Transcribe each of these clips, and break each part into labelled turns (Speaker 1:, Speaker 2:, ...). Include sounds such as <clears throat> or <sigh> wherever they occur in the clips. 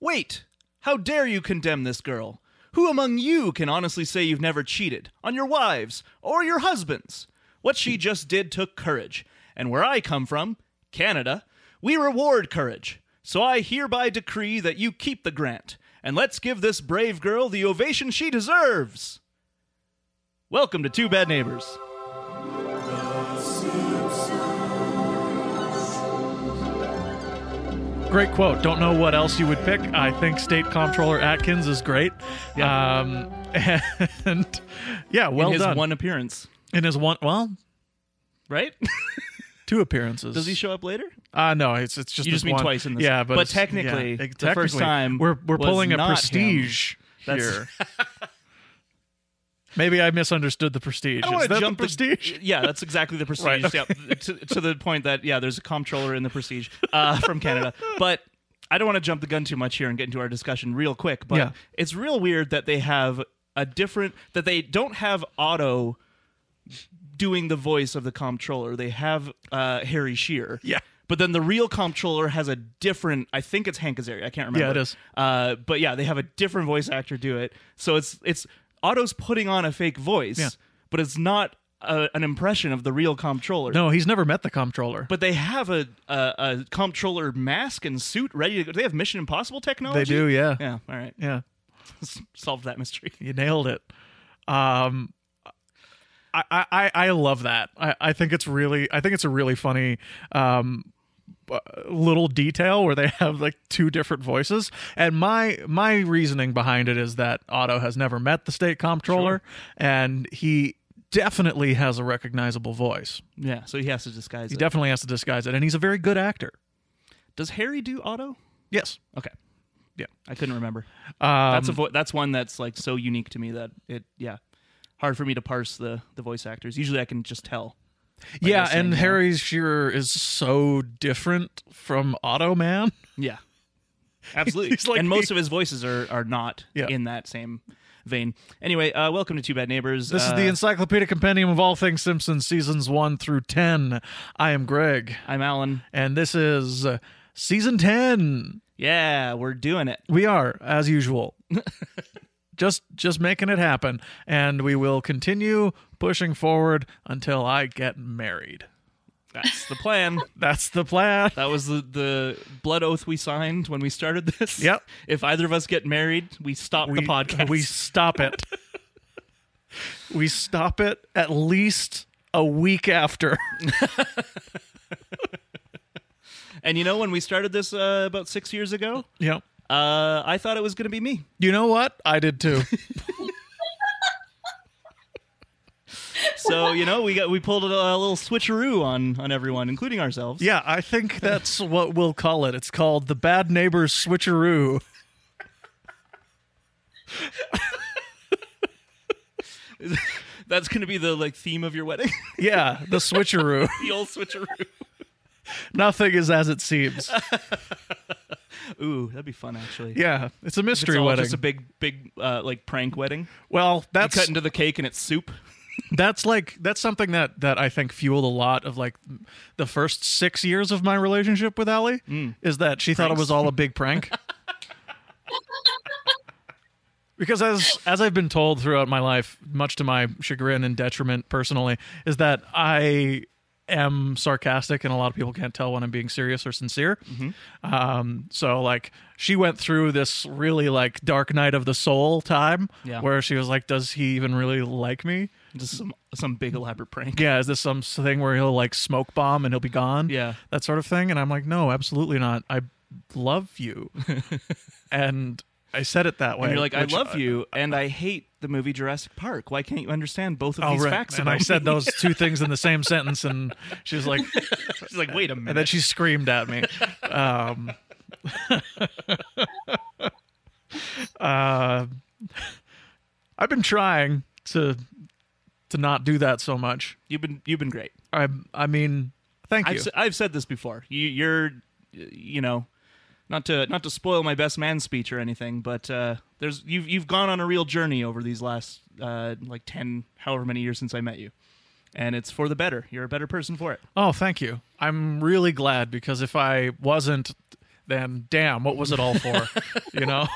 Speaker 1: Wait! How dare you condemn this girl? Who among you can honestly say you've never cheated on your wives or your husbands? What she just did took courage, and where I come from, Canada, we reward courage. So I hereby decree that you keep the grant, and let's give this brave girl the ovation she deserves. Welcome to Two Bad Neighbors.
Speaker 2: Great quote. Don't know what else you would pick. I think State Comptroller Atkins is great. Um, <laughs> and yeah, well
Speaker 1: in his
Speaker 2: done.
Speaker 1: one appearance,
Speaker 2: in his one, well,
Speaker 1: right? <laughs>
Speaker 2: two appearances.
Speaker 1: Does he show up later?
Speaker 2: Uh no, it's it's just
Speaker 1: You
Speaker 2: this
Speaker 1: just mean
Speaker 2: one.
Speaker 1: twice in this.
Speaker 2: Yeah, but
Speaker 1: But
Speaker 2: it's- yeah,
Speaker 1: technically,
Speaker 2: it-
Speaker 1: the first time
Speaker 2: we're we're
Speaker 1: was
Speaker 2: pulling a
Speaker 1: not him.
Speaker 2: prestige
Speaker 1: That's-
Speaker 2: here. Maybe I misunderstood the prestige.
Speaker 1: don't
Speaker 2: Is
Speaker 1: wanna
Speaker 2: that
Speaker 1: jump
Speaker 2: the
Speaker 1: the-
Speaker 2: prestige?
Speaker 1: yeah, that's exactly
Speaker 2: <laughs>
Speaker 1: the prestige.
Speaker 2: Right,
Speaker 1: Yeah, to, to the point that yeah, there's a comptroller in the prestige uh, <laughs> from Canada, but. I don't want to jump the gun too much here and get into our discussion real quick, but
Speaker 2: Yeah.
Speaker 1: it's real weird that they have a different that they don't have Otto doing the voice of the comptroller. They have uh, Harry Shearer.
Speaker 2: Yeah.
Speaker 1: But then the real comptroller has a different. I think it's Hank Azaria. I can't remember.
Speaker 2: Yeah, it is.
Speaker 1: Uh, but yeah, they have a different voice actor do it. So it's it's Otto's putting on a fake voice,
Speaker 2: Yeah.
Speaker 1: but it's not a, an impression of the real comptroller.
Speaker 2: no, he's never met the comptroller.
Speaker 1: But they have a, a a comptroller mask and suit ready to go. Do they have Mission Impossible
Speaker 2: they
Speaker 1: technology?
Speaker 2: do, yeah.
Speaker 1: Yeah. All right. <laughs>
Speaker 2: yeah.
Speaker 1: Solve that mystery. <laughs>
Speaker 2: You nailed it. Um, I, I- I, I love that. I, I think it's really, I think it's a really funny um, uh, little detail where they <laughs> have like two different voices. And my my reasoning behind it is that Otto has never met the state comptroller, and he definitely has a recognizable voice.
Speaker 1: Yeah. So he has to disguise
Speaker 2: He
Speaker 1: it.
Speaker 2: definitely has to disguise it, and he's a very good actor.
Speaker 1: Does Harry do Otto?
Speaker 2: Yes.
Speaker 1: Okay.
Speaker 2: Yeah.
Speaker 1: I couldn't remember.
Speaker 2: Um,
Speaker 1: That's a vo- that's one that's like so unique to me that it yeah hard for me to parse the the voice actors. Usually I can just tell.
Speaker 2: yeah,
Speaker 1: listening
Speaker 2: and
Speaker 1: now.
Speaker 2: Harry Shearer is so different from Otto Man. <laughs>
Speaker 1: Yeah, absolutely.
Speaker 2: He's like
Speaker 1: and most
Speaker 2: me.
Speaker 1: of his voices are are not
Speaker 2: Yeah.
Speaker 1: in that same vein. Anyway, uh, welcome to Two Bad Neighbors.
Speaker 2: This is
Speaker 1: Uh,
Speaker 2: the Encyclopedia Compendium of All Things Simpsons, seasons one through ten. I am Greg,
Speaker 1: I'm Alan.
Speaker 2: and this is uh, season ten.
Speaker 1: Yeah, we're doing it.
Speaker 2: We are,
Speaker 1: <laughs>
Speaker 2: as usual, just just making it happen, and we will continue pushing forward until I get married.
Speaker 1: That's the plan.
Speaker 2: <laughs> That's the plan.
Speaker 1: that was the the blood oath we signed when we started this.
Speaker 2: Yep.
Speaker 1: If either of us get married, we stop the podcast.
Speaker 2: We stop it. we stop it at least a week after.
Speaker 1: <laughs>
Speaker 2: <laughs>
Speaker 1: and you know when we started this uh, about six years ago,
Speaker 2: yep.
Speaker 1: uh, I thought it was going to be me.
Speaker 2: You know what? I did too.
Speaker 1: So
Speaker 2: <laughs>
Speaker 1: you know, we got we pulled a, a little switcheroo on on everyone, including ourselves.
Speaker 2: Yeah, I think that's what we'll call it. It's called the Bad Neighbors Switcheroo.
Speaker 1: That's gonna be the like theme of your wedding, <laughs>
Speaker 2: Yeah, the switcheroo.
Speaker 1: the old switcheroo.
Speaker 2: Nothing is as it seems.
Speaker 1: Ooh, that'd be fun actually.
Speaker 2: Yeah, it's a
Speaker 1: it's
Speaker 2: mystery
Speaker 1: all
Speaker 2: wedding.
Speaker 1: just a big, big uh, like prank wedding.
Speaker 2: well,
Speaker 1: You cut
Speaker 2: that's
Speaker 1: into the cake and it's soup.
Speaker 2: that's like that's something that that I think fueled a lot of like the first 6 years of my relationship with Allie is that she thought
Speaker 1: Mm.
Speaker 2: it
Speaker 1: Pranks.
Speaker 2: was all a big prank.
Speaker 1: <laughs>
Speaker 2: because as as I've been told throughout my life, much to my chagrin and detriment personally, is that I am sarcastic and a lot of people can't tell when I'm being serious or sincere.
Speaker 1: Mm-hmm.
Speaker 2: Um, so like she went through this really like dark night of the soul time
Speaker 1: Yeah.
Speaker 2: where she was like, does he even really like me?
Speaker 1: Just some some big elaborate prank.
Speaker 2: Yeah, is this some thing where he'll like smoke bomb and he'll be gone?
Speaker 1: Yeah.
Speaker 2: That sort of thing. And I'm like, no, absolutely not. I love
Speaker 1: <laughs>
Speaker 2: you. and I said it that way.
Speaker 1: And you're like, I
Speaker 2: which- uh,
Speaker 1: love you, and I hate the movie Jurassic Park. Why can't you understand both of
Speaker 2: Oh,
Speaker 1: these
Speaker 2: right.
Speaker 1: facts?
Speaker 2: and
Speaker 1: about
Speaker 2: I
Speaker 1: me?"
Speaker 2: said those two things in the same sentence, and
Speaker 1: <laughs>
Speaker 2: she was like,
Speaker 1: she's like, wait a minute.
Speaker 2: and then she screamed at me. Um, <laughs> uh, I've been trying to to not do that so much.
Speaker 1: you've been you've been great.
Speaker 2: I I mean, thank you.
Speaker 1: I've, s- I've said this before. You, you're, you know, not to not to spoil my best man speech or anything, but uh, there's you've you've gone on a real journey over these last uh, like ten, however many years since I met you, and it's for the better. You're a better person for it.
Speaker 2: Oh, thank you. I'm really glad because if I wasn't, then damn, what was it all <laughs> for? you know?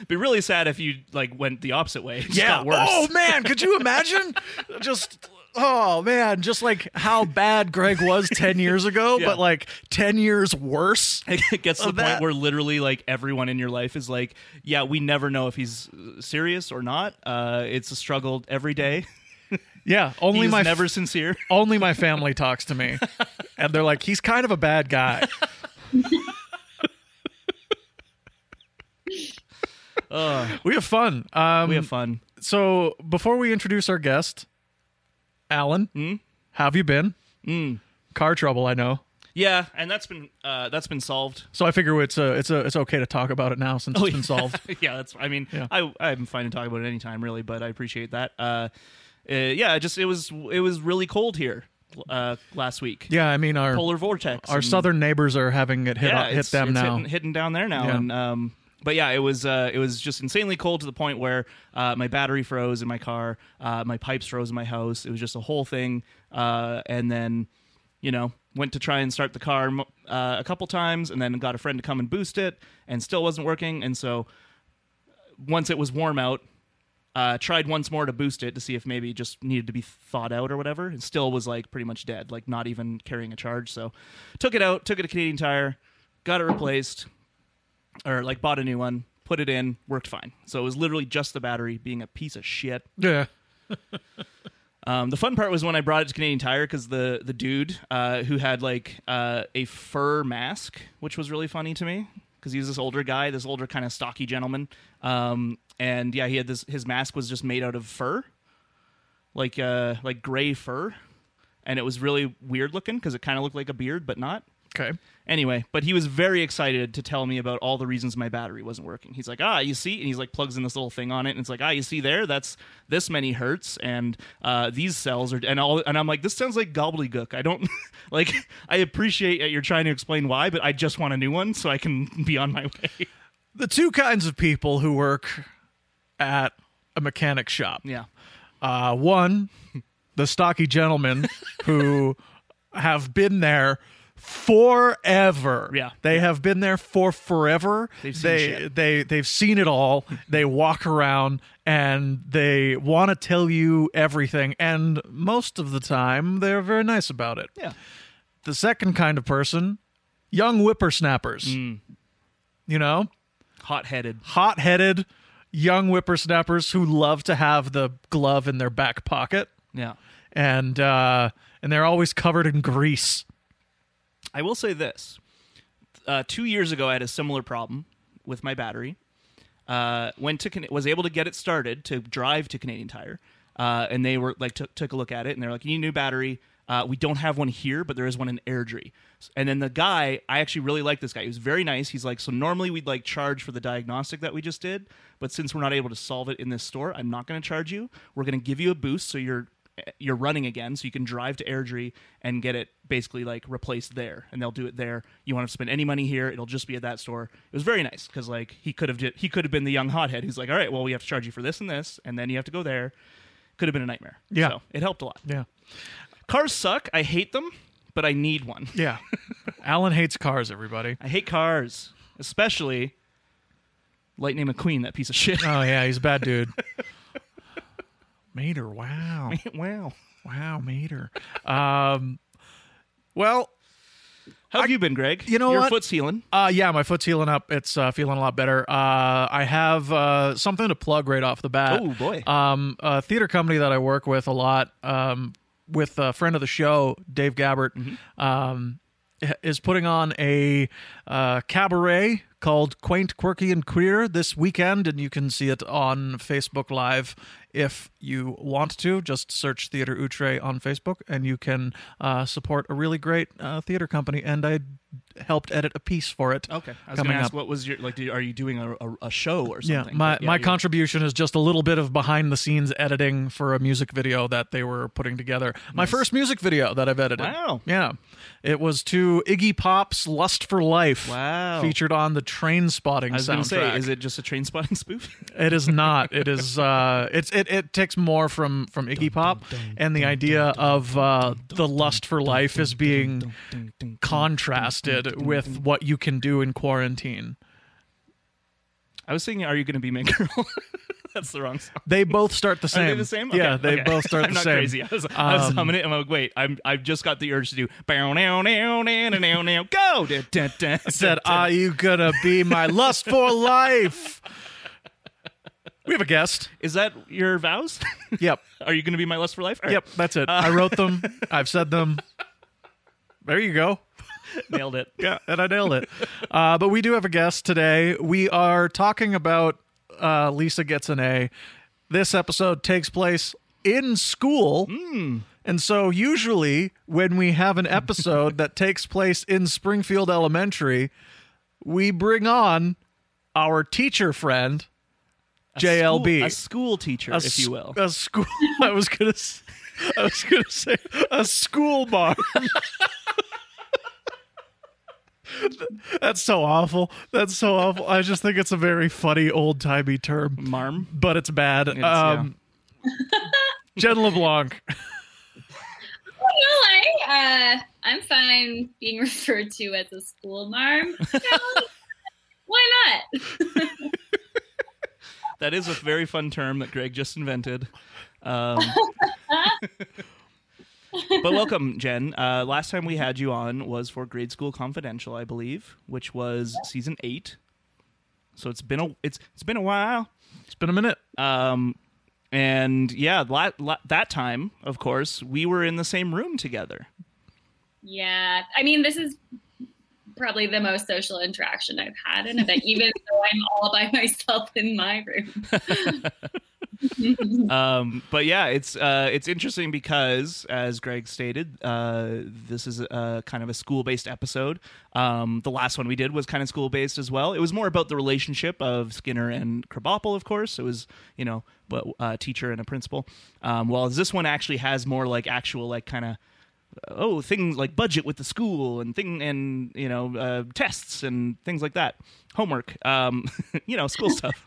Speaker 1: It'd be really sad if you like went the opposite way. <laughs> It just got worse.
Speaker 2: Oh man, could you imagine? just oh man, just like how bad Greg was <laughs> ten years ago,
Speaker 1: Yeah.
Speaker 2: but like ten years worse.
Speaker 1: it gets to the
Speaker 2: Of that.
Speaker 1: point where literally like everyone in your life is like yeah we never know if he's uh, serious or not uh, it's a struggle every <laughs> day
Speaker 2: Yeah, only
Speaker 1: he's
Speaker 2: my
Speaker 1: never sincere
Speaker 2: only my family talks to <laughs> me, and they're like, he's kind of a bad guy.
Speaker 1: <laughs>
Speaker 2: <laughs>
Speaker 1: Ugh,
Speaker 2: We have fun. Um,
Speaker 1: we have fun
Speaker 2: so before we introduce our guest, Alan, how have you been? Hmm. Car trouble, I know.
Speaker 1: yeah and that's been uh, that's been solved <laughs>
Speaker 2: So I figure it's uh it's uh it's okay to talk about it now since it's been
Speaker 1: Oh, yeah.
Speaker 2: solved.
Speaker 1: yeah that's i mean
Speaker 2: Yeah.
Speaker 1: I, i'm fine to talk about it anytime really but i appreciate that uh, uh, yeah it just it was it was really cold here uh, last week
Speaker 2: Yeah, I mean our
Speaker 1: polar vortex
Speaker 2: our
Speaker 1: and-
Speaker 2: southern neighbors are having it hit
Speaker 1: yeah,
Speaker 2: hit
Speaker 1: it's-
Speaker 2: them
Speaker 1: it's
Speaker 2: now.
Speaker 1: hitting, hitting down there now.
Speaker 2: Yeah.
Speaker 1: And um, but yeah, it was uh, it was just insanely cold to the point where uh, my battery froze in my car, uh, my pipes froze in my house. It was just a whole thing. Uh, and then, you know, went to try and start the car m- uh, a couple times, and then got a friend to come and boost it, and still wasn't working. And so, once it was warm out. Uh, tried once more to boost it to see if maybe it just needed to be thawed out or whatever. It still was like pretty much dead, like not even carrying a charge. So took it out, took it to Canadian Tire, got it replaced, or like bought a new one, put it in, worked fine. So it was literally just the battery being a piece of shit.
Speaker 2: yeah.
Speaker 1: Um, the fun part was when I brought it to Canadian Tire because the the dude uh, who had like uh, a fur mask, which was really funny to me because he was this older guy, this older kind of stocky gentleman, um, and yeah, he had this. His mask was just made out of fur, like uh, like gray fur, and it was really weird looking because it kind of looked like a beard, but not.
Speaker 2: Okay.
Speaker 1: Anyway, but he was very excited to tell me about all the reasons my battery wasn't working. He's like, ah, you see, and he's like plugs in this little thing on it, and it's like, ah, you see there, that's this many hertz, and uh, these cells are, and all, and I'm like, this sounds like gobbledygook. I don't <laughs> like. I appreciate that you're trying to explain why, but I just want a new one so I can <laughs> be on my way.
Speaker 2: The two kinds of people who work at a mechanic shop.
Speaker 1: yeah,
Speaker 2: Uh, one, the stocky gentlemen who have been there forever.
Speaker 1: Yeah.
Speaker 2: They have been there for forever.
Speaker 1: They've seen
Speaker 2: they
Speaker 1: shit.
Speaker 2: they they've seen it all. they walk around and they want to tell you everything and most of the time they're very nice about it.
Speaker 1: yeah,
Speaker 2: The second kind of person, young whippersnappers.
Speaker 1: Hmm.
Speaker 2: You know?
Speaker 1: hot headed.
Speaker 2: hot headed young whippersnappers who love to have the glove in their back pocket
Speaker 1: Yeah,
Speaker 2: and uh and they're always covered in grease.
Speaker 1: I will say this. Uh, two years ago, I had a similar problem with my battery. Uh, went to Can- was able to get it started to drive to Canadian Tire, uh, and they were like took took a look at it, and they're like, "You need a new battery." Uh, we don't have one here, but there is one in Airdrie. And then the guy, I actually really like this guy. He was very nice. He's like, so normally we'd like charge for the diagnostic that we just did, but since we're not able to solve it in this store, I'm not going to charge you. We're going to give you a boost so you're you're running again, so you can drive to Airdrie and get it basically like replaced there, and they'll do it there. You won't have to spend any money here; it'll just be at that store. It was very nice because like he could have he could have been the young hothead who's like, all right, well we have to charge you for this and this, and then you have to go there. Could have been a nightmare.
Speaker 2: Yeah.
Speaker 1: so it helped a lot.
Speaker 2: Yeah.
Speaker 1: Cars suck. I hate them, but I need one.
Speaker 2: Yeah. <laughs> Alan hates cars, everybody.
Speaker 1: I hate cars, especially Lightning McQueen, that piece of shit.
Speaker 2: Oh yeah, he's a bad <laughs> dude. Mater, wow.
Speaker 1: <laughs> wow,
Speaker 2: Wow, Mater. Um well,
Speaker 1: how have you been, Greg?
Speaker 2: You know
Speaker 1: your
Speaker 2: what?
Speaker 1: foot's healing.
Speaker 2: Uh, yeah, my foot's healing up. It's uh, feeling a lot better. Uh, I have uh, something to plug right off the bat.
Speaker 1: Oh, boy.
Speaker 2: Um, a theater company that I work with a lot, um, with a friend of the show, Dave Gabbert,
Speaker 1: Mm-hmm.
Speaker 2: um, h- is putting on a uh, cabaret called Quaint, Quirky, and Queer this weekend, and you can see it on Facebook Live if you want to. Just search Theater Outre on Facebook, and you can uh, support a really great uh, theater company. And I helped edit a piece for it.
Speaker 1: Okay, I was
Speaker 2: coming
Speaker 1: going to ask,
Speaker 2: up.
Speaker 1: what was your like? Do, are you doing a, a, a show or
Speaker 2: Yeah,
Speaker 1: something?
Speaker 2: my
Speaker 1: But
Speaker 2: my
Speaker 1: you're-
Speaker 2: contribution is just a little bit of behind the scenes editing for a music video that they were putting together. My first music video that I've edited.
Speaker 1: Wow.
Speaker 2: Yeah, it was to Iggy Pop's "Lust for Life."
Speaker 1: Wow.
Speaker 2: featured on the train spotting
Speaker 1: I was
Speaker 2: soundtrack.
Speaker 1: gonna say, is it just a train spotting <laughs> spoof?
Speaker 2: It is not.
Speaker 1: <laughs>
Speaker 2: It is. Uh, it's. It, it takes more from from Iggy Pop and the idea of uh, the lust for life is being contrasted with what you can do in quarantine.
Speaker 1: I was thinking, are you gonna be my girl? <laughs> That's the wrong song.
Speaker 2: They both start the
Speaker 1: Are
Speaker 2: same.
Speaker 1: they the same?
Speaker 2: Yeah,
Speaker 1: Okay,
Speaker 2: they
Speaker 1: okay.
Speaker 2: both
Speaker 1: <laughs>
Speaker 2: start
Speaker 1: I'm
Speaker 2: the
Speaker 1: not
Speaker 2: same. Um,
Speaker 1: crazy. I was, I was humming it. I'm like, wait, I'm, I've just got the urge to do. Bow, now, now, now, now, now, now, Go. <laughs> Da, da,
Speaker 2: <laughs>
Speaker 1: da,
Speaker 2: Said,
Speaker 1: da, da.
Speaker 2: "Are you gonna be my lust for life?" We have a guest.
Speaker 1: Is that your vows? <laughs>
Speaker 2: Yep.
Speaker 1: Are you gonna be my lust for life? All right.
Speaker 2: Yep. That's it. I wrote them. I've said them. There you go.
Speaker 1: nailed it.
Speaker 2: yeah, <laughs> and I nailed it. Uh, but we do have a guest today. We are talking about uh, Lisa Gets an A. This episode takes place in school.
Speaker 1: Hmm.
Speaker 2: And so, usually, when we have an episode that takes place in Springfield Elementary, we bring on our teacher friend, JLB.
Speaker 1: School- a school teacher,
Speaker 2: A
Speaker 1: if
Speaker 2: s- uh,
Speaker 1: you will.
Speaker 2: A school. <laughs> I was gonna. s- I was gonna say a school bar. <laughs> That's so awful. That's so awful. I just think it's a very funny old timey term,
Speaker 1: Marm.
Speaker 2: but it's bad.
Speaker 1: yeah.
Speaker 2: um, Jen LeBlanc.
Speaker 3: No, I, uh, I'm fine being <laughs> referred to as a school marm. No, why not?
Speaker 1: That is a very fun term that Greg just invented. Um, but welcome, Jen. Uh, last time we had you on was for Grade School Confidential, I believe, which was season eight. So it's been a it's it's been a while.
Speaker 2: It's been a minute.
Speaker 1: Um, and yeah, la- la- that time, of course, we were in the same room together.
Speaker 3: Yeah, I mean, this is probably the most social interaction I've had in a bit, even though I'm all by <laughs> myself in my room.
Speaker 1: <laughs> um, but yeah, it's uh, it's interesting because, as Greg stated, uh, this is a, kind of a school based episode. Um, the last one we did was kind of school based as well. It was more about the relationship of Skinner and Krabappel, of course. It was you know, but uh, teacher and a principal. Um, while this one actually has more like actual like kind of oh things like budget with the school and thing and you know uh, tests and things like that homework um, <laughs> you know school stuff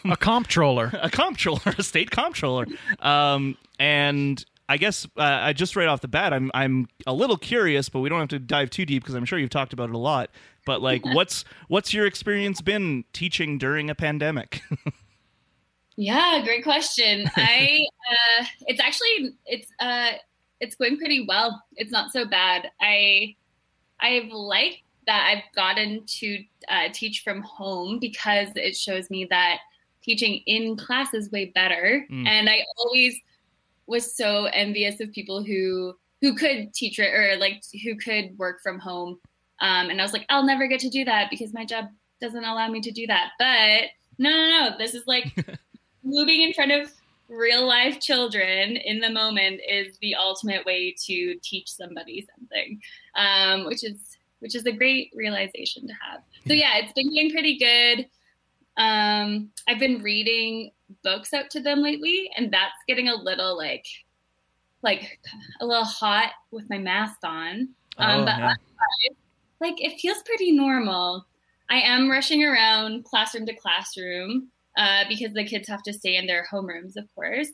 Speaker 1: <laughs>
Speaker 2: A comptroller.
Speaker 1: a comptroller, a state comptroller. Um, and I guess uh, I just right off the bat, I'm I'm a little curious, but we don't have to dive too deep because I'm sure you've talked about it a lot. But like, what's what's your experience been teaching during a pandemic? <laughs>
Speaker 3: yeah, great question. I uh, it's actually it's uh, it's going pretty well. It's not so bad. I I've liked that I've gotten to uh, teach from home because it shows me that teaching in class is way better.
Speaker 1: Mm.
Speaker 3: And I always was so envious of people who who could teach it or like who could work from home. Um, and I was like, I'll never get to do that because my job doesn't allow me to do that. But no, no, no. This is like moving in front of real life children in the moment is the ultimate way to teach somebody something um, which is which is a great realization to have. So yeah, it's been getting pretty good. Um, I've been reading books out to them lately, and that's getting a little like like a little hot with my mask on.
Speaker 1: <laughs>
Speaker 3: Um,
Speaker 1: Oh,
Speaker 3: but
Speaker 1: yeah.
Speaker 3: like it feels pretty normal. I am rushing around classroom to classroom uh, because the kids have to stay in their homerooms, of course.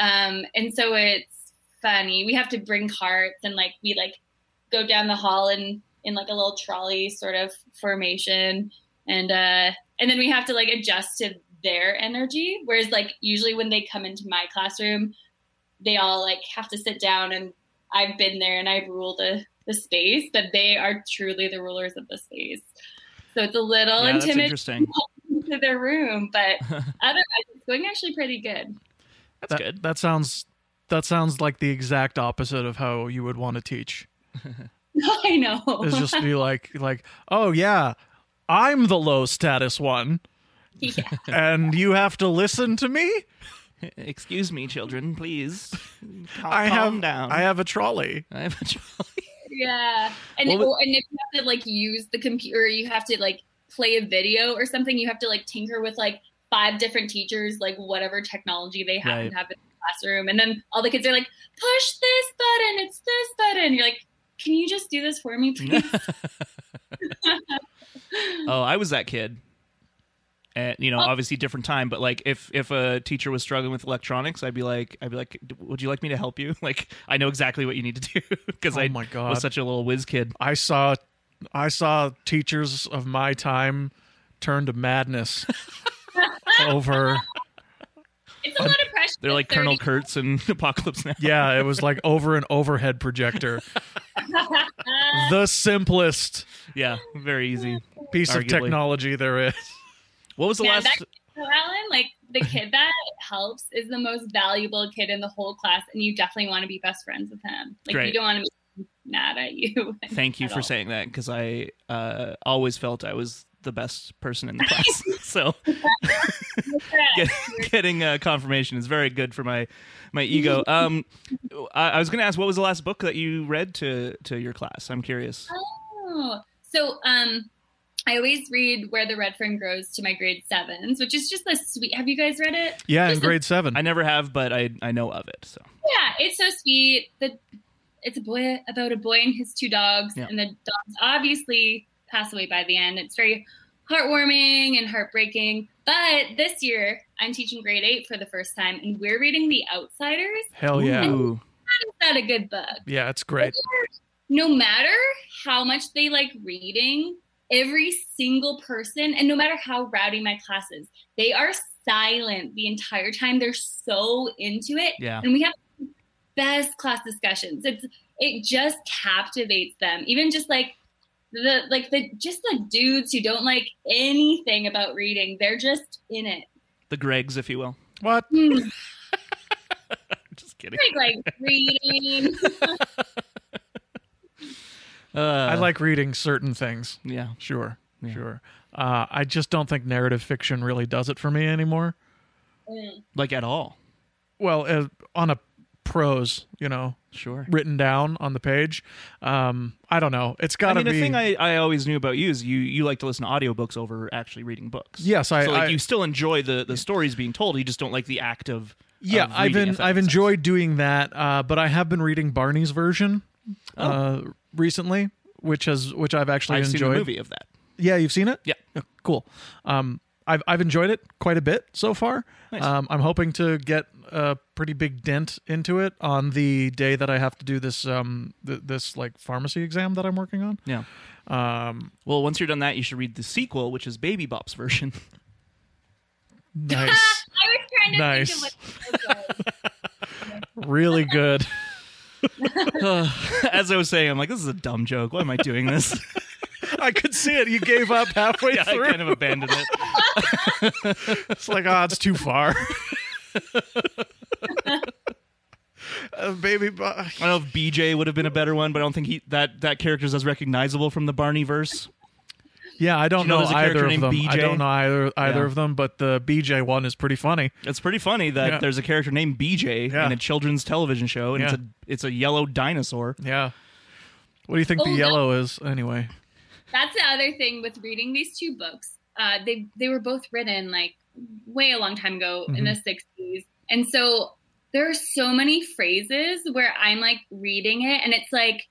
Speaker 3: Um, and so it's funny. We have to bring carts and like we like go down the hall in in like a little trolley sort of formation, and uh, and then we have to like adjust to their energy. Whereas like usually when they come into my classroom, they all like have to sit down and I've been there and I've ruled the, the space, but they are truly the rulers of the space. So it's a little
Speaker 1: Yeah, that's
Speaker 3: intimidating
Speaker 2: <laughs>
Speaker 1: interesting.
Speaker 3: to their room, but otherwise it's going actually pretty good. <laughs>
Speaker 1: That's
Speaker 2: that,
Speaker 1: good.
Speaker 2: That sounds. That sounds like the exact opposite of how you would want to teach.
Speaker 3: I know.
Speaker 2: Is just be like, like, oh yeah, I'm the low status one.
Speaker 3: yeah.
Speaker 2: and you have to listen to me.
Speaker 1: <laughs> Excuse me, children, please. Cal-
Speaker 2: <laughs> I
Speaker 1: calm
Speaker 2: have
Speaker 1: down.
Speaker 2: I have a trolley.
Speaker 1: <laughs> I have a trolley.
Speaker 3: Yeah. And
Speaker 1: What
Speaker 3: oh, and if you have to like use the computer, you have to like play a video or something. You have to like tinker with like five different teachers, like whatever technology they happen
Speaker 1: Right.
Speaker 3: to have in the classroom. And then all the kids are like, push this
Speaker 1: <laughs>
Speaker 3: button. It's this button. You're like, can you just do this for me, please?
Speaker 1: Oh, I was that kid. And you know,
Speaker 3: Oh.
Speaker 1: obviously different time, but like if if a teacher was struggling with electronics, I'd be like, I'd be like, "D- would you like me to help you? <laughs> Like, I know exactly what you need to do <laughs> because
Speaker 2: Oh
Speaker 1: I
Speaker 2: my God.
Speaker 1: was such a little whiz kid.
Speaker 2: I saw I saw teachers of my time turn to madness over
Speaker 3: It's a lot of pressure.
Speaker 1: They're
Speaker 3: at
Speaker 1: like Colonel
Speaker 3: <laughs> 30.
Speaker 1: Kurtz and <laughs> Apocalypse Now.
Speaker 2: yeah, it was like over an overhead projector. the simplest
Speaker 1: Yeah, very easy.
Speaker 2: piece of
Speaker 1: Arguably.
Speaker 2: technology there is.
Speaker 1: What was the
Speaker 3: Yeah,
Speaker 1: last?
Speaker 3: that- So Alan, like the kid that helps is the most valuable kid in the whole class, and you definitely want to be best friends with him. Like
Speaker 1: Great.
Speaker 3: you don't want to be mad at you. <laughs>
Speaker 1: Thank you
Speaker 3: at
Speaker 1: for
Speaker 3: all.
Speaker 1: saying that because I uh, always felt I was the best person in the class. <laughs> so Get- <laughs> getting uh, confirmation is very good for my my ego. Um, I, I was going to ask, what was the last book that you read to to your class? I'm curious.
Speaker 3: Oh. So um I always read Where the Red Fern Grows to my grade sevens, which is just a sweet. Have you guys read it?
Speaker 2: Yeah, in
Speaker 3: Just a-
Speaker 2: grade seven.
Speaker 1: I never have, but I I know of it. So
Speaker 3: Yeah, it's so sweet. The it's a boy about a boy and his two dogs,
Speaker 1: Yeah.
Speaker 3: and the dogs obviously pass away by the end. It's very heartwarming and heartbreaking. But this year, I'm teaching grade eight for the first time, and we're reading The Outsiders.
Speaker 2: Hell Oh, yeah.
Speaker 1: Ooh.
Speaker 3: Is that a good book?
Speaker 2: Yeah, it's great.
Speaker 3: no matter how much they like reading, every single person, and no matter how rowdy my class is, they are silent the entire time. They're so into it.
Speaker 1: yeah,
Speaker 3: And we have best class discussions. It's it just captivates them. Even just like the like the just the dudes who don't like anything about reading, they're just in it.
Speaker 1: the Gregs, if you will. <laughs>
Speaker 2: What?
Speaker 3: Hmm.
Speaker 1: Just kidding.
Speaker 3: <laughs> Like, like reading. <laughs>
Speaker 1: Uh,
Speaker 2: I like reading certain things.
Speaker 1: Yeah,
Speaker 2: Sure.
Speaker 1: Yeah.
Speaker 2: Sure. Uh, I just don't think narrative fiction really does it for me anymore.
Speaker 3: Mm.
Speaker 1: like at all.
Speaker 2: Well, uh, on a prose, you know,
Speaker 1: Sure.
Speaker 2: written down on the page. Um, I don't know. It's got
Speaker 1: I mean,
Speaker 2: to be.
Speaker 1: the thing I, I always knew about you is you you like to listen to audiobooks over actually reading books.
Speaker 2: yes, I.
Speaker 1: so like
Speaker 2: I-
Speaker 1: you still enjoy the the stories being told you just don't like the act of
Speaker 2: yeah,
Speaker 1: of
Speaker 2: I've
Speaker 1: reading,
Speaker 2: been
Speaker 1: if that
Speaker 2: I've
Speaker 1: makes sense.
Speaker 2: enjoyed doing that, uh, but I have been reading Barney's version uh, recently, which has which I've actually
Speaker 1: I've
Speaker 2: enjoyed.
Speaker 1: seen the movie of that
Speaker 2: Yeah, you've seen it.
Speaker 1: Yeah.
Speaker 2: Oh, cool. Um, I've I've enjoyed it quite a bit so far.
Speaker 1: Nice.
Speaker 2: Um, I'm hoping to get a pretty big dent into it on the day that I have to do this um th- this like pharmacy exam that I'm working on.
Speaker 1: yeah
Speaker 2: Um,
Speaker 1: well once you're done that you should read the sequel which is baby bop's version <laughs>
Speaker 2: nice,
Speaker 3: I was trying to
Speaker 2: Nice.
Speaker 3: think of
Speaker 2: <laughs>
Speaker 3: what
Speaker 2: really good.
Speaker 1: as i was saying i'm like this is a dumb joke why am i doing this
Speaker 2: <laughs> I could see it. You gave up <laughs> halfway
Speaker 1: yeah, i
Speaker 2: through.
Speaker 1: kind of abandoned it
Speaker 2: It's like, oh, it's too <laughs> far. Uh, baby, bu-
Speaker 1: i don't know if bj would have been a better one but i don't think he that that character's as recognizable from the barney verse
Speaker 2: yeah, I don't
Speaker 1: you know
Speaker 2: know,
Speaker 1: there's a
Speaker 2: either
Speaker 1: character
Speaker 2: of
Speaker 1: named
Speaker 2: them. I
Speaker 1: BJ?
Speaker 2: don't know either either
Speaker 1: Yeah.
Speaker 2: of them, but the BJ one is pretty funny.
Speaker 1: it's pretty funny that
Speaker 2: Yeah.
Speaker 1: there's a character named bj
Speaker 2: Yeah.
Speaker 1: in a children's television show and it's a it's a yellow dinosaur
Speaker 2: Yeah. What do you think
Speaker 3: Oh,
Speaker 2: the
Speaker 3: that-
Speaker 2: yellow is
Speaker 1: <laughs>
Speaker 2: anyway?
Speaker 3: That's the other thing with reading these two books. Uh, they they were both written like way a long time ago
Speaker 1: Mm-hmm.
Speaker 3: in the '60s, and so there are so many phrases where I'm like reading it, and it's like,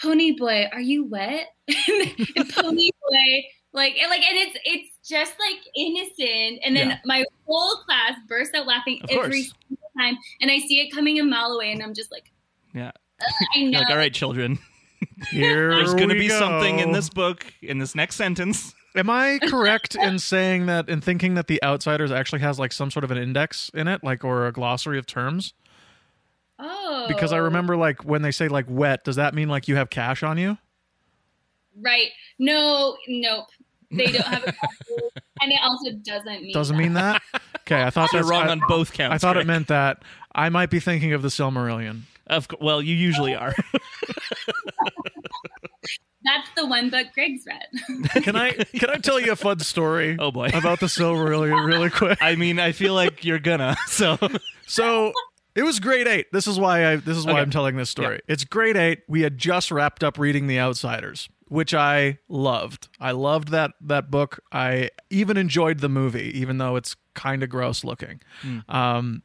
Speaker 3: "Pony boy, are you wet?" <laughs> and pony boy, like, and like, and it's it's just like innocent, and then
Speaker 1: Yeah.
Speaker 3: my whole class bursts out laughing
Speaker 1: Of
Speaker 3: every
Speaker 1: course.
Speaker 3: single time, and I see it coming a mile away, and I'm just like,
Speaker 1: Yeah.
Speaker 3: I know."
Speaker 1: like all right children
Speaker 2: Here
Speaker 1: there's gonna
Speaker 2: we
Speaker 1: be something in
Speaker 2: go.
Speaker 1: this book in this next sentence <laughs>
Speaker 2: Am I correct in saying that in thinking that the Outsiders actually has like some sort of an index in it, like or a glossary of terms?
Speaker 3: oh,
Speaker 2: Because I remember like when they say like wet, does that mean like you have cash on you?
Speaker 3: Right. No, nope. They don't have
Speaker 2: <laughs>
Speaker 3: a password. and it also doesn't mean
Speaker 2: Doesn't
Speaker 1: <laughs>
Speaker 2: mean that. Okay, I thought
Speaker 1: you're
Speaker 2: that's
Speaker 1: wrong
Speaker 2: I,
Speaker 1: on both counts
Speaker 2: I thought
Speaker 1: Greg.
Speaker 2: it meant that. I might be thinking of the Silmarillion.
Speaker 1: Of cou- well, you usually are. <laughs>
Speaker 3: that's the one book Greg's read. <laughs>
Speaker 2: Can I can I tell you a fun story
Speaker 1: <laughs> oh boy.
Speaker 2: about the Silmarillion really quick?
Speaker 1: I mean, I feel like you're gonna. <laughs> So
Speaker 2: So it was grade eight. This is why I this is why
Speaker 1: Okay.
Speaker 2: I'm telling this story. It's grade eight. We had just wrapped up reading The Outsiders, which I loved. I loved that that book. I even enjoyed the movie, even though it's kind of gross looking. Um,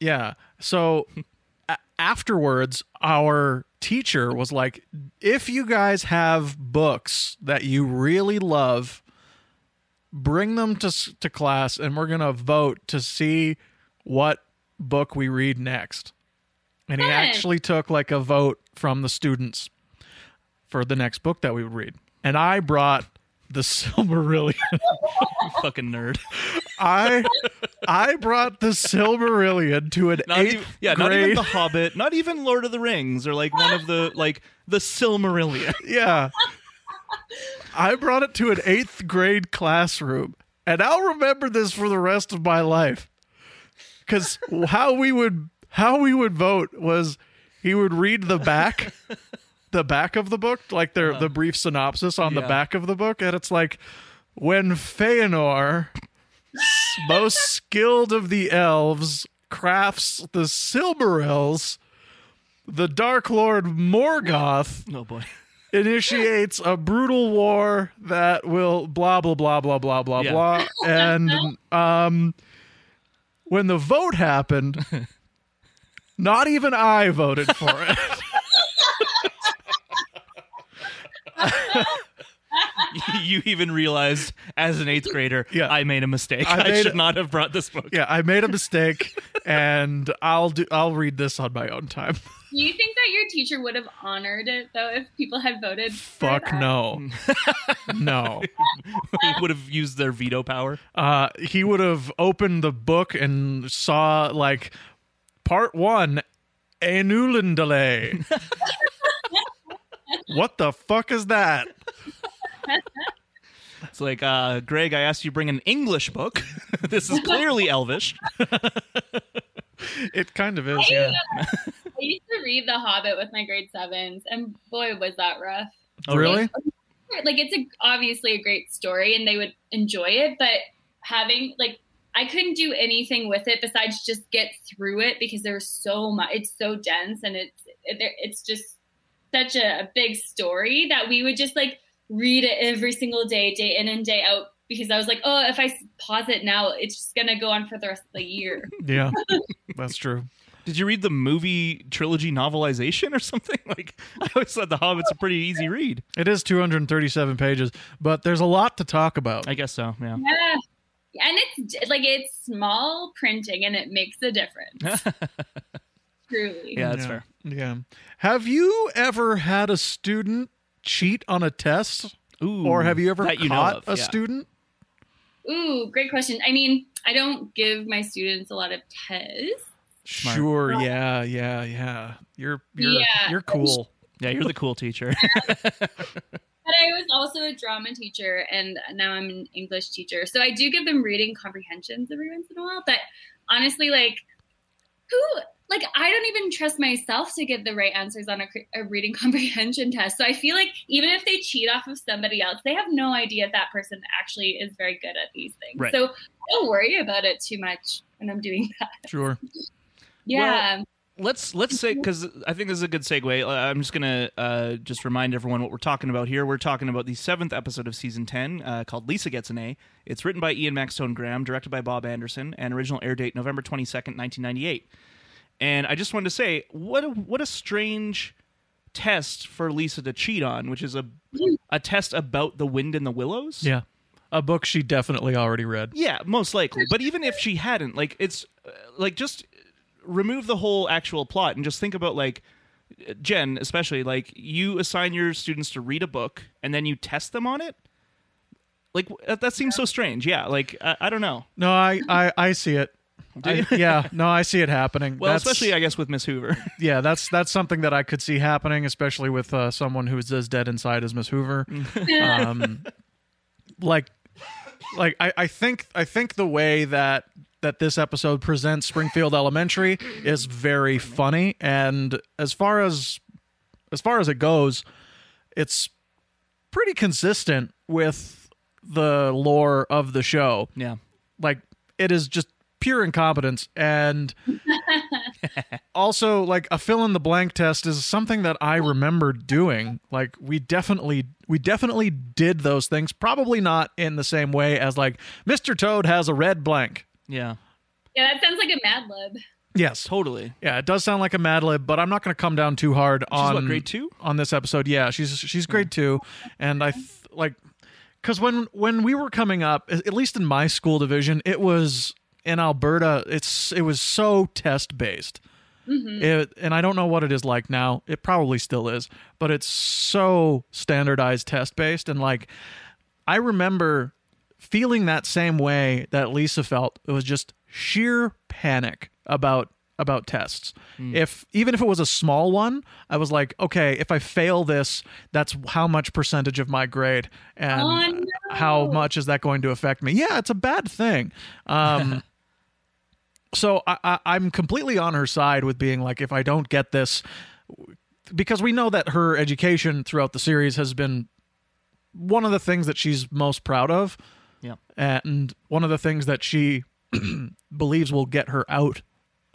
Speaker 2: yeah. So a- afterwards, our teacher was like, if you guys have books that you really love, bring them to, s- to class and we're going to vote to see what book we read next. And he
Speaker 3: Fun.
Speaker 2: actually took like a vote from the students for the next book that we would read. And I brought
Speaker 1: <laughs>
Speaker 2: The <laughs> Silmarillion.
Speaker 1: Fucking nerd. <laughs>
Speaker 2: I I brought the Silmarillion to an
Speaker 1: Not
Speaker 2: eighth
Speaker 1: even, yeah,
Speaker 2: grade.
Speaker 1: not even The Hobbit, not even Lord of the Rings, or like one of the like the
Speaker 2: <laughs>
Speaker 1: Silmarillion.
Speaker 2: yeah, I brought it to an eighth grade classroom, and I'll remember this for the rest of my life. Because how we would how we would vote was he would read the back, the back of the book, like their the brief synopsis on
Speaker 1: Yeah.
Speaker 2: the back of the book, and it's like when Feanor. most skilled of the elves crafts the silver elves the dark lord morgoth
Speaker 1: Oh <laughs> boy.
Speaker 2: initiates a brutal war that will blah blah blah blah blah blah
Speaker 1: Yeah.
Speaker 2: blah and um when the vote happened not even i voted for it
Speaker 1: you even realized as an eighth grader,
Speaker 2: Yeah.
Speaker 1: I made a mistake.
Speaker 2: I
Speaker 1: I,
Speaker 2: made
Speaker 1: should
Speaker 2: a-
Speaker 1: not have brought this book.
Speaker 2: yeah i made a mistake and i'll do i'll read this on my own time <laughs>
Speaker 3: Do you think that your teacher would have honored it though if people had voted? for
Speaker 2: fuck
Speaker 3: that?
Speaker 2: no no
Speaker 1: Would have used their veto power.
Speaker 2: uh, he would have opened the book and saw like part one
Speaker 1: <laughs>
Speaker 2: Anulindale. what the fuck is that?
Speaker 1: It's like, uh, Greg, I asked you to bring an English book. <laughs> this is clearly Elvish.
Speaker 2: It kind of is, yeah.
Speaker 3: I used to read The Hobbit with my grade sevens, and boy, was that rough.
Speaker 1: Oh,
Speaker 2: really?
Speaker 3: Like, it's a, obviously a great story, and they would enjoy it, but having like I couldn't do anything with it besides just get through it because there's so much. It's so dense, and it's it, there- it's just such a, a big story that we would just like read it every single day, day in and day out. Because I was like, oh, if I s- pause it now, it's just gonna go on for the rest of the year.
Speaker 2: <laughs> Yeah, that's true.
Speaker 1: Did you read the movie trilogy novelization or something? <laughs> Like, I always thought The Hobbit's a pretty easy read.
Speaker 2: It is 237 pages, but there's a lot to talk about.
Speaker 1: I guess so, yeah.
Speaker 3: Yeah. And it's d- like it's small printing and it makes a difference. Truly.
Speaker 1: Yeah, that's fair.
Speaker 2: Yeah. Have you ever had a student cheat on a test?
Speaker 1: Ooh,
Speaker 2: Or have you ever
Speaker 1: that
Speaker 2: caught
Speaker 1: you know of,
Speaker 2: a
Speaker 1: yeah.
Speaker 2: student?
Speaker 3: Ooh, great question. I mean, I don't give my students a lot of tests.
Speaker 1: Smart.
Speaker 2: Sure, yeah, yeah, yeah. You're you're
Speaker 3: Yeah.
Speaker 2: you're cool.
Speaker 1: Yeah, you're the cool teacher.
Speaker 3: But I was also a drama teacher and now I'm an English teacher. So I do give them reading comprehensions every once in a while. But honestly, like, who, like, I don't even trust myself to give the right answers on a, cr- a reading <laughs> comprehension test. So I feel like even if they cheat off of somebody else, they have no idea if that person actually is very good at these things.
Speaker 1: Right.
Speaker 3: So I don't worry about it too much when I'm doing that.
Speaker 2: Sure.
Speaker 3: Yeah.
Speaker 1: let's let's say because I think this is a good segue. Uh, I'm just gonna uh, just remind everyone what we're talking about here. We're talking about the seventh episode of season ten uh, called Lisa Gets an A. It's written by Ian Maxtone Graham, directed by Bob Anderson, and original air date November twenty second, nineteen ninety eight. And I just wanted to say what a, what a strange test for Lisa to cheat on, which is a a test about the wind in the willows.
Speaker 2: <laughs> Yeah. A book she definitely already read.
Speaker 1: Yeah, most likely. But even if she hadn't, like it's uh, like just remove the whole actual plot and just think about like Jen, especially like you assign your students to read a book and then you test them on it. Like w- that, that seems so strange. Yeah, like I, I don't know.
Speaker 2: No, I I, I
Speaker 1: <laughs>
Speaker 2: see it. I- yeah, no, I see it happening.
Speaker 1: Well,
Speaker 2: that's,
Speaker 1: especially I guess with Miss Hoover. <laughs>
Speaker 2: yeah, that's that's something that I could see happening, especially with uh, someone who is as dead inside as Miss Hoover. <laughs> um, like, like I, I think I think the way that that this episode presents Springfield Elementary is very funny, and as far as as far as it goes, it's pretty consistent with the lore of the show
Speaker 1: yeah,
Speaker 2: like it is just pure incompetence and also like a fill in the blank test is something that i remember doing like we definitely we definitely did those things probably not in the same way as like mr toad has a red blank
Speaker 1: yeah.
Speaker 3: Yeah, that sounds like a Mad Lib.
Speaker 2: Yes.
Speaker 1: Totally.
Speaker 2: Yeah, it does sound like a Mad Lib, but I'm not going to come down too hard on
Speaker 1: what, grade two?
Speaker 2: on this episode. Yeah, she's she's grade two, and I th- like because when when we were coming up, a- at least in my school division, it was in Alberta. It's it was so test based,
Speaker 1: Mm-hmm.
Speaker 2: it, and I don't know what it is like now. It probably still is, but it's so standardized test based, and like I remember feeling that same way that Lisa felt. It was just sheer panic about about tests. If even if it was a small one, I was like, okay, if I fail this, that's how much percentage of my grade and
Speaker 3: Oh, no.
Speaker 2: how much is that going to affect me? Yeah, it's a bad thing. Um so I, I I'm completely on her side with being like if I don't get this because we know that her education throughout the series has been one of the things that she's most proud of
Speaker 1: Yeah.
Speaker 2: and one of the things that she <clears throat> believes will get her out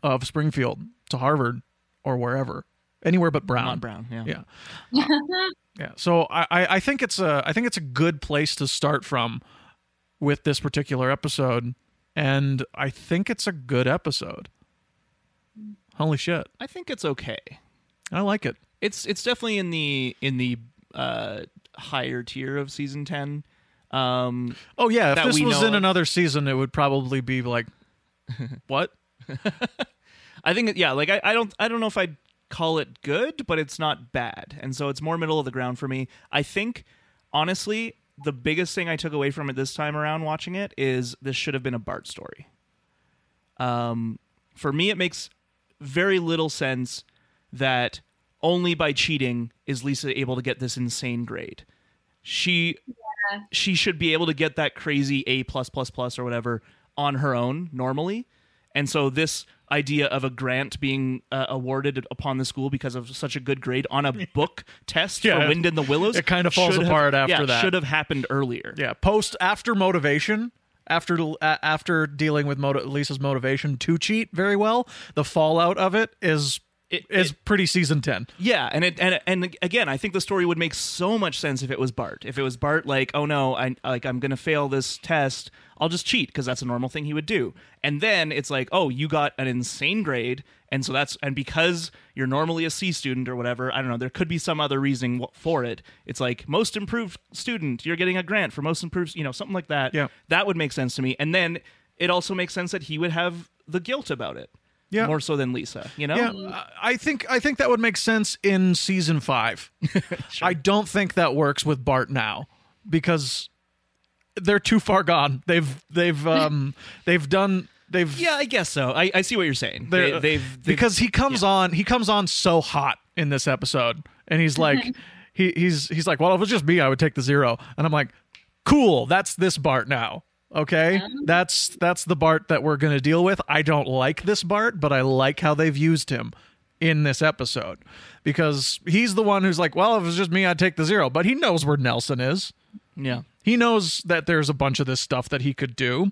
Speaker 2: of Springfield to Harvard or wherever, anywhere but Brown.
Speaker 1: Not brown. Yeah.
Speaker 2: Yeah. <laughs> Yeah. So I, I I think it's a I think it's a good place to start from with this particular episode, and I think it's a good episode. Holy shit,
Speaker 1: I think it's okay.
Speaker 2: I like it.
Speaker 1: It's it's definitely in the in the uh, higher tier of season ten. Um,
Speaker 2: Oh yeah, if
Speaker 1: That
Speaker 2: this
Speaker 1: we
Speaker 2: was
Speaker 1: know
Speaker 2: in
Speaker 1: of. another
Speaker 2: another season, it would probably
Speaker 1: <laughs>
Speaker 2: be like, what?
Speaker 1: I think yeah, like I, I don't I don't know if I'd call it good, but it's not bad. And so it's more middle of the ground for me. I think honestly, the biggest thing I took away from it this time around watching it is this should have been a Bart story. Um for me it makes very little sense that only by cheating is Lisa able to get this insane grade. She she should be able to get that crazy A plus plus plus or whatever on her own normally. And so this idea of a grant being uh, awarded upon the school because of such a good grade on
Speaker 2: <laughs>
Speaker 1: a book test
Speaker 2: Yeah,
Speaker 1: for
Speaker 2: it-
Speaker 1: Wind in the Willows,
Speaker 2: it kinda falls
Speaker 1: should have-
Speaker 2: apart after
Speaker 1: yeah,
Speaker 2: that.
Speaker 1: Should have happened earlier.
Speaker 2: Yeah, post after motivation, after uh, after dealing with moti- Lisa's motivation to cheat very well, the fallout of it is
Speaker 1: It-
Speaker 2: is pretty season ten.
Speaker 1: Yeah, and it and and again, I think the story would make so much sense if it was Bart. If it was Bart, like, oh no, I like I'm gonna fail this test. I'll just cheat because that's a normal thing he would do. And then it's like, oh, you got an insane grade, and so that's and because you're normally a C student or whatever, I don't know. There could be some other reason wh- for it. It's like most improved student, you're getting a grant for most improved, you know, something like that.
Speaker 2: Yeah.
Speaker 1: that would make sense to me. And then it also makes sense that he would have the guilt about it.
Speaker 2: Yeah.
Speaker 1: more so than Lisa. You know,
Speaker 2: Yeah, Um, I- I think I think that would make sense in season
Speaker 1: <laughs>
Speaker 2: five. I don't think that works with Bart now because they're too far gone. They've they've
Speaker 1: <laughs>
Speaker 2: um they've done they've
Speaker 1: Yeah, I guess so. I, I see what you're saying. They,
Speaker 2: They're-
Speaker 1: have they've
Speaker 2: because he comes on he comes on so hot in this episode and he's like he, he's he's like well if it was just me i would take the zero and i'm like cool that's this bart now okay that's that's the bart that we're going to deal with i don't like this bart but i like how they've used him in this episode because he's the one who's like well if it was just me i'd take the zero but he knows where nelson is
Speaker 1: yeah,
Speaker 2: he knows that there's a bunch of this stuff that he could do.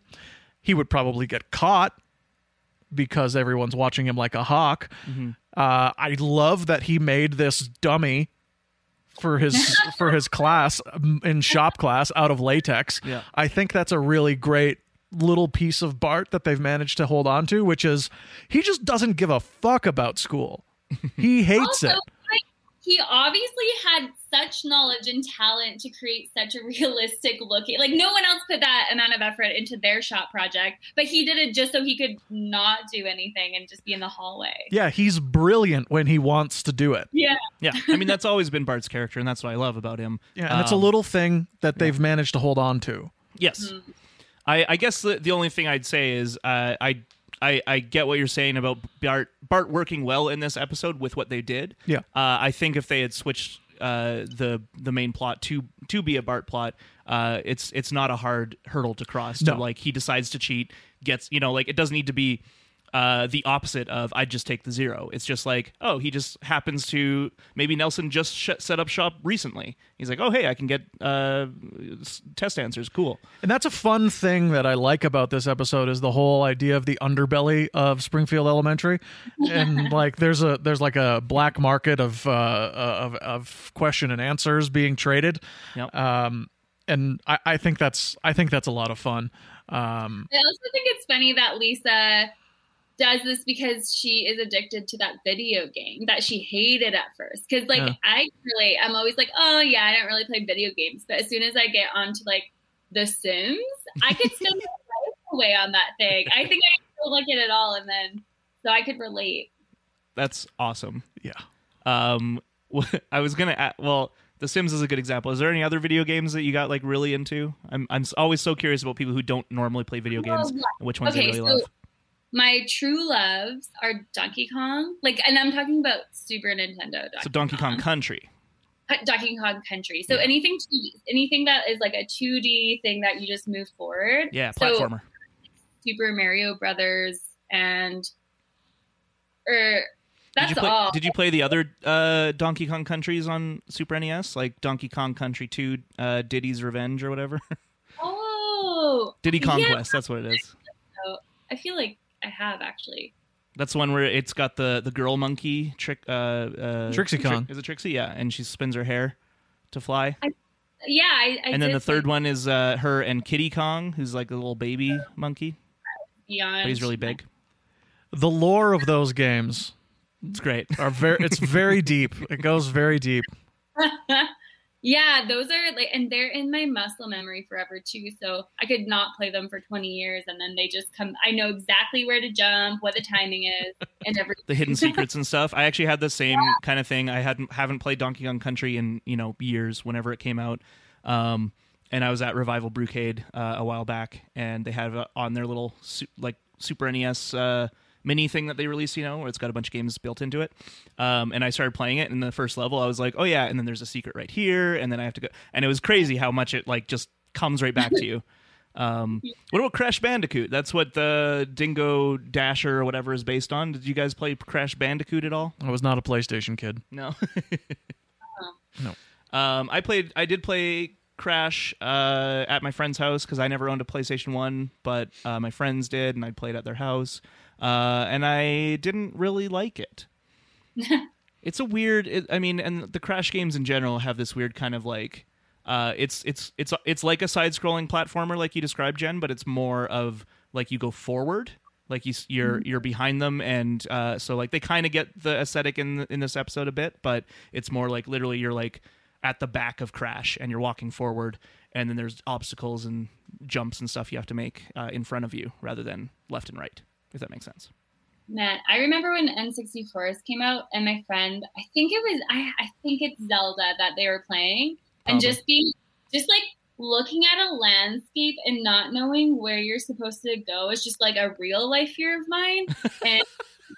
Speaker 2: He would probably get caught because everyone's watching him like a hawk. Uh, I love that he made this dummy for his for his class um, in shop class out of latex.
Speaker 1: Yeah.
Speaker 2: I think that's a really great little piece of Bart that they've managed to hold on to, which is he just doesn't give a fuck about school. He hates
Speaker 3: also,
Speaker 2: it.
Speaker 3: like, he obviously had such knowledge and talent to create such a <laughs> realistic looking. Like no one else put that amount of effort into their shop project, but he did it just so he could not do anything and just be in the hallway.
Speaker 2: Yeah, he's brilliant when he wants to do it.
Speaker 3: Yeah.
Speaker 1: yeah. I mean, that's always been Bart's character, and that's what I love about him.
Speaker 2: Yeah, and it's a
Speaker 1: Um,
Speaker 2: little thing that they've managed to hold on to.
Speaker 1: Yes, I, I guess the, the only thing I'd say is uh, I, I I get what you're saying about Bart Bart working well in this episode with what they did.
Speaker 2: Yeah.
Speaker 1: uh, I think if they had switched uh, the the main plot to to be a Bart plot, uh, it's it's not a hard hurdle to cross.
Speaker 2: No.
Speaker 1: To, like he decides to cheat, gets you know like it doesn't need to be. Uh, the opposite of I just take the zero. It's just like, oh, he just happens to maybe Nelson just sh- set up shop recently. He's like, oh, hey, I can get uh, s- test answers. Cool.
Speaker 2: And that's a fun thing that I like about this episode is the whole idea of the underbelly of Springfield Elementary, and like there's a there's like a black market of uh, of of question and answers being traded,
Speaker 1: Yep.
Speaker 2: um, and I, I think that's I think that's a lot of fun. Um,
Speaker 3: I also think it's funny that Lisa does this because she is addicted to that video game that she hated at first. Because like
Speaker 2: Yeah.
Speaker 3: I really, I'm always like, oh yeah, I don't really play video games, but as soon as I get onto like The Sims, I
Speaker 1: <laughs>
Speaker 3: could still get my life away on that thing. I think I still like it at all, and then so I could relate.
Speaker 1: That's awesome.
Speaker 2: Yeah.
Speaker 1: Um, <laughs> I was gonna. a well, The Sims is a good example. Is there any other video games that you got like really into? I'm I'm s- always so curious about people who don't normally play video
Speaker 3: Well,
Speaker 1: games and which ones they really
Speaker 3: Okay, so-
Speaker 1: love.
Speaker 3: My true loves are Donkey Kong, like, and I'm talking about Super Nintendo. Donkey
Speaker 1: So Donkey Kong Country.
Speaker 3: Cut- Donkey Kong Country. So
Speaker 1: Yeah.
Speaker 3: anything 2D, anything that is like a 2D thing that you just move forward.
Speaker 1: Yeah,
Speaker 3: So
Speaker 1: platformer.
Speaker 3: Super Mario Brothers and or
Speaker 1: did
Speaker 3: that's
Speaker 1: you play,
Speaker 3: all.
Speaker 1: Did you play the other uh, Donkey Kong Countries on Super NES, like Donkey Kong Country Two, uh, Diddy's Revenge, or whatever? <laughs>
Speaker 3: oh,
Speaker 1: Diddy
Speaker 3: Yeah.
Speaker 1: Conquest. That's what it is.
Speaker 3: I feel like I have actually.
Speaker 1: That's the one where it's got the the girl monkey trick. Uh, uh,
Speaker 2: Trixie
Speaker 1: Tri-
Speaker 2: Kong.
Speaker 1: is it Trixie? Yeah, and she spins her hair to fly.
Speaker 3: Yeah, I, I
Speaker 1: and then
Speaker 3: did
Speaker 1: the third one is uh, her and Kitty Kong, who's like a little baby monkey,
Speaker 3: Beyond.
Speaker 1: but he's really big.
Speaker 2: The lore of those games
Speaker 1: It's great. <laughs>
Speaker 2: are very it's very deep. It goes very deep.
Speaker 3: yeah, those are like, and they're in my muscle memory forever too. So I could not play them for 20 years, and then they just come. I know exactly where to jump, what the timing is, and everything.
Speaker 1: The hidden secrets and stuff. I actually had the same kind of thing. I hadn't haven't played Donkey Kong Country in you know years. Whenever it came out, um, and I was at Revival Brewcade uh, a while back, and they had uh, on their little su- like Super NES uh, mini thing that they release. You know, where it's got a bunch of games built into it. Um, and I started playing it. And the first level, I was like, oh yeah, and then there's a secret right here, and then I have to go. And it was crazy how much it like just comes right back to you. Um, what about Crash Bandicoot? That's what the Dingo Dasher or whatever is based on. Did you guys play Crash Bandicoot at all?
Speaker 2: I was not a PlayStation kid.
Speaker 1: <laughs> No.
Speaker 2: No.
Speaker 1: Um, I played. I did play Crash uh, at my friend's house because I never owned a PlayStation One, but uh, my friends did, and I played at their house, uh, and I didn't really like it. it's a weird. It, I mean, and the Crash games in general have this weird kind of like. Uh, it's it's it's it's like a side-scrolling platformer, like you described, Jen, but it's more of like you go forward, like you s- you're you're behind them, and uh, so like they kind of get the aesthetic in th- in this episode a bit, but it's more like literally you're like at the back of Crash and you're walking forward, and then there's obstacles and jumps and stuff you have to make uh, in front of you rather than left and right, if that makes sense.
Speaker 3: Man, I remember when N64s came out, and my friend, I think it was, I, I think it's Zelda that they were playing, and
Speaker 1: Probably.
Speaker 3: just being, just like looking at a landscape and not knowing where you're supposed to go is just like a real life fear of mine. and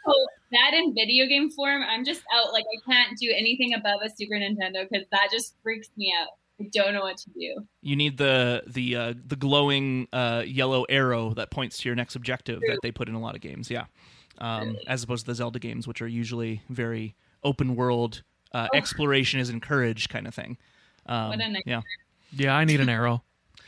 Speaker 3: so that in video game form, I'm just out. Like I can't do anything above a Super Nintendo because that just freaks me out. I don't know what to do.
Speaker 1: You need the the uh, the glowing uh, yellow arrow that points to your next objective that they put in a lot of games. Yeah, um, as opposed to the Zelda games, which are usually very open world uh,
Speaker 3: Oh.
Speaker 1: exploration is encouraged kind of thing. Um,
Speaker 3: What a nice-
Speaker 1: yeah.
Speaker 2: Yeah, I need an arrow.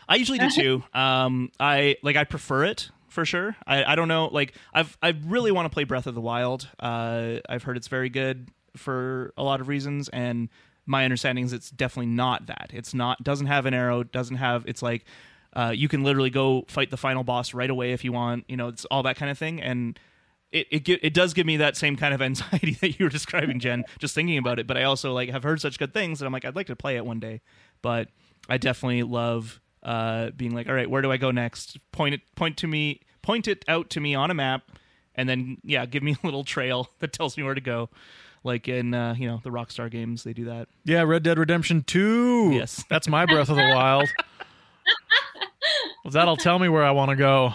Speaker 1: I usually do too. Um, I like I prefer it for sure. I, I don't know. Like I've I really want to play Breath of the Wild. Uh, I've heard it's very good for a lot of reasons, and my understanding is it's definitely not that. It's not doesn't have an arrow. Doesn't have. It's like. Uh, you can literally go fight the final boss right away if you want. You know, it's all that kind of thing, and it it, gi- it does give me that same kind of anxiety <laughs> that you were describing, Jen. Just thinking about it, but I also like have heard such good things that I'm like, I'd like to play it one day. But I definitely love uh, being like, all right, where do I go next? Point it, point to me, point it out to me on a map, and then yeah, give me a little trail <laughs> that tells me where to go. Like in uh, you know the Rockstar games, they do that.
Speaker 2: Yeah, Red Dead Redemption 2.
Speaker 1: Yes. <laughs>
Speaker 2: That's my Breath of the Wild. Well, that'll tell me where I want to go.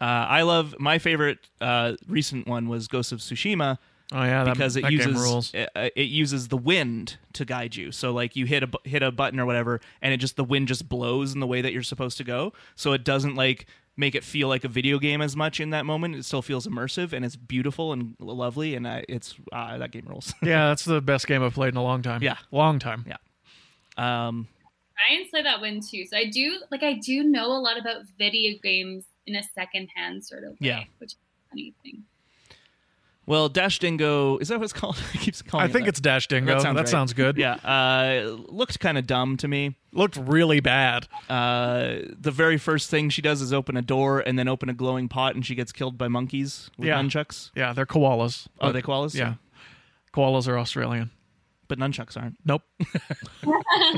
Speaker 1: Uh, I love my favorite uh, recent one was Ghost of Tsushima.
Speaker 2: Oh yeah, that,
Speaker 1: because it
Speaker 2: that
Speaker 1: uses
Speaker 2: game
Speaker 1: <laughs>
Speaker 2: rules.
Speaker 1: It, uh, it uses the wind to guide you. So like you hit a bu- hit a button or whatever, and it just the wind just blows in the way that you're supposed to go. So it doesn't like make it feel like a video game as much in that moment. It still feels immersive and it's beautiful and lovely. And I, it's uh, that game rules. <laughs>
Speaker 2: Yeah, that's the best game I've played in a long time.
Speaker 1: Yeah.
Speaker 2: long time.
Speaker 1: um,
Speaker 3: Ryan's played that one too. So I do like I do know a lot about video games in a secondhand sort of way,
Speaker 1: Yeah.
Speaker 3: which is a funny thing.
Speaker 1: Well, Dash Dingo, is that what it's <laughs> called? It keeps calling
Speaker 2: I
Speaker 1: it
Speaker 2: think
Speaker 1: that.
Speaker 2: it's Dash Dingo.
Speaker 1: That
Speaker 2: That
Speaker 1: sounds
Speaker 2: sounds,
Speaker 1: right.
Speaker 2: good.
Speaker 1: Yeah, uh, looked kind of dumb to me.
Speaker 2: Looked really bad.
Speaker 1: Uh, the very first thing she does is open a door and then open a glowing pot, and she gets killed by monkeys with
Speaker 2: Yeah.
Speaker 1: nunchucks.
Speaker 2: Yeah, they're koalas.
Speaker 1: Oh, they koalas.
Speaker 2: Yeah. Koalas are Australian.
Speaker 1: but nunchucks aren't. <laughs>
Speaker 2: Nope. <laughs>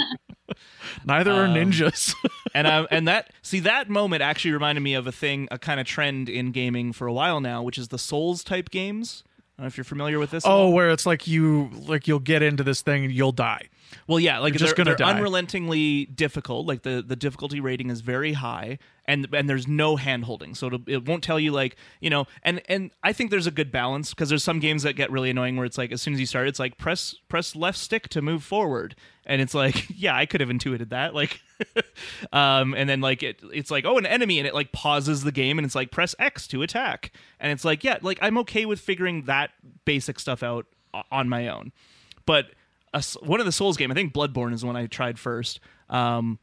Speaker 2: Neither
Speaker 1: Um,
Speaker 2: are
Speaker 1: <laughs>
Speaker 2: ninjas. <laughs>
Speaker 1: And I, and that see that moment actually reminded me of a thing, a kind of trend in gaming for a while now, which is the Souls type games. I don't know if you're familiar with this. at
Speaker 2: oh, where it's like you like you'll get into this thing and you'll die.
Speaker 1: Well, yeah, like
Speaker 2: You're just
Speaker 1: they're,
Speaker 2: gonna
Speaker 1: they're
Speaker 2: die.
Speaker 1: unrelentingly difficult. Like the, the difficulty rating is very high, and and there's no hand holding, so it'll, it won't tell you like you know. And and I think there's a good balance because there's some games that get really annoying where it's like as soon as you start, it's like press press left stick to move forward, and it's like <laughs> yeah, I could have intuited that like, <laughs> um, and then like it it's like oh an enemy, and it like pauses the game, and it's like press X to attack, and it's like yeah, like I'm okay with figuring that basic stuff out o- on my own but a s one of the Souls game, I think Bloodborne is the one I tried first. Um,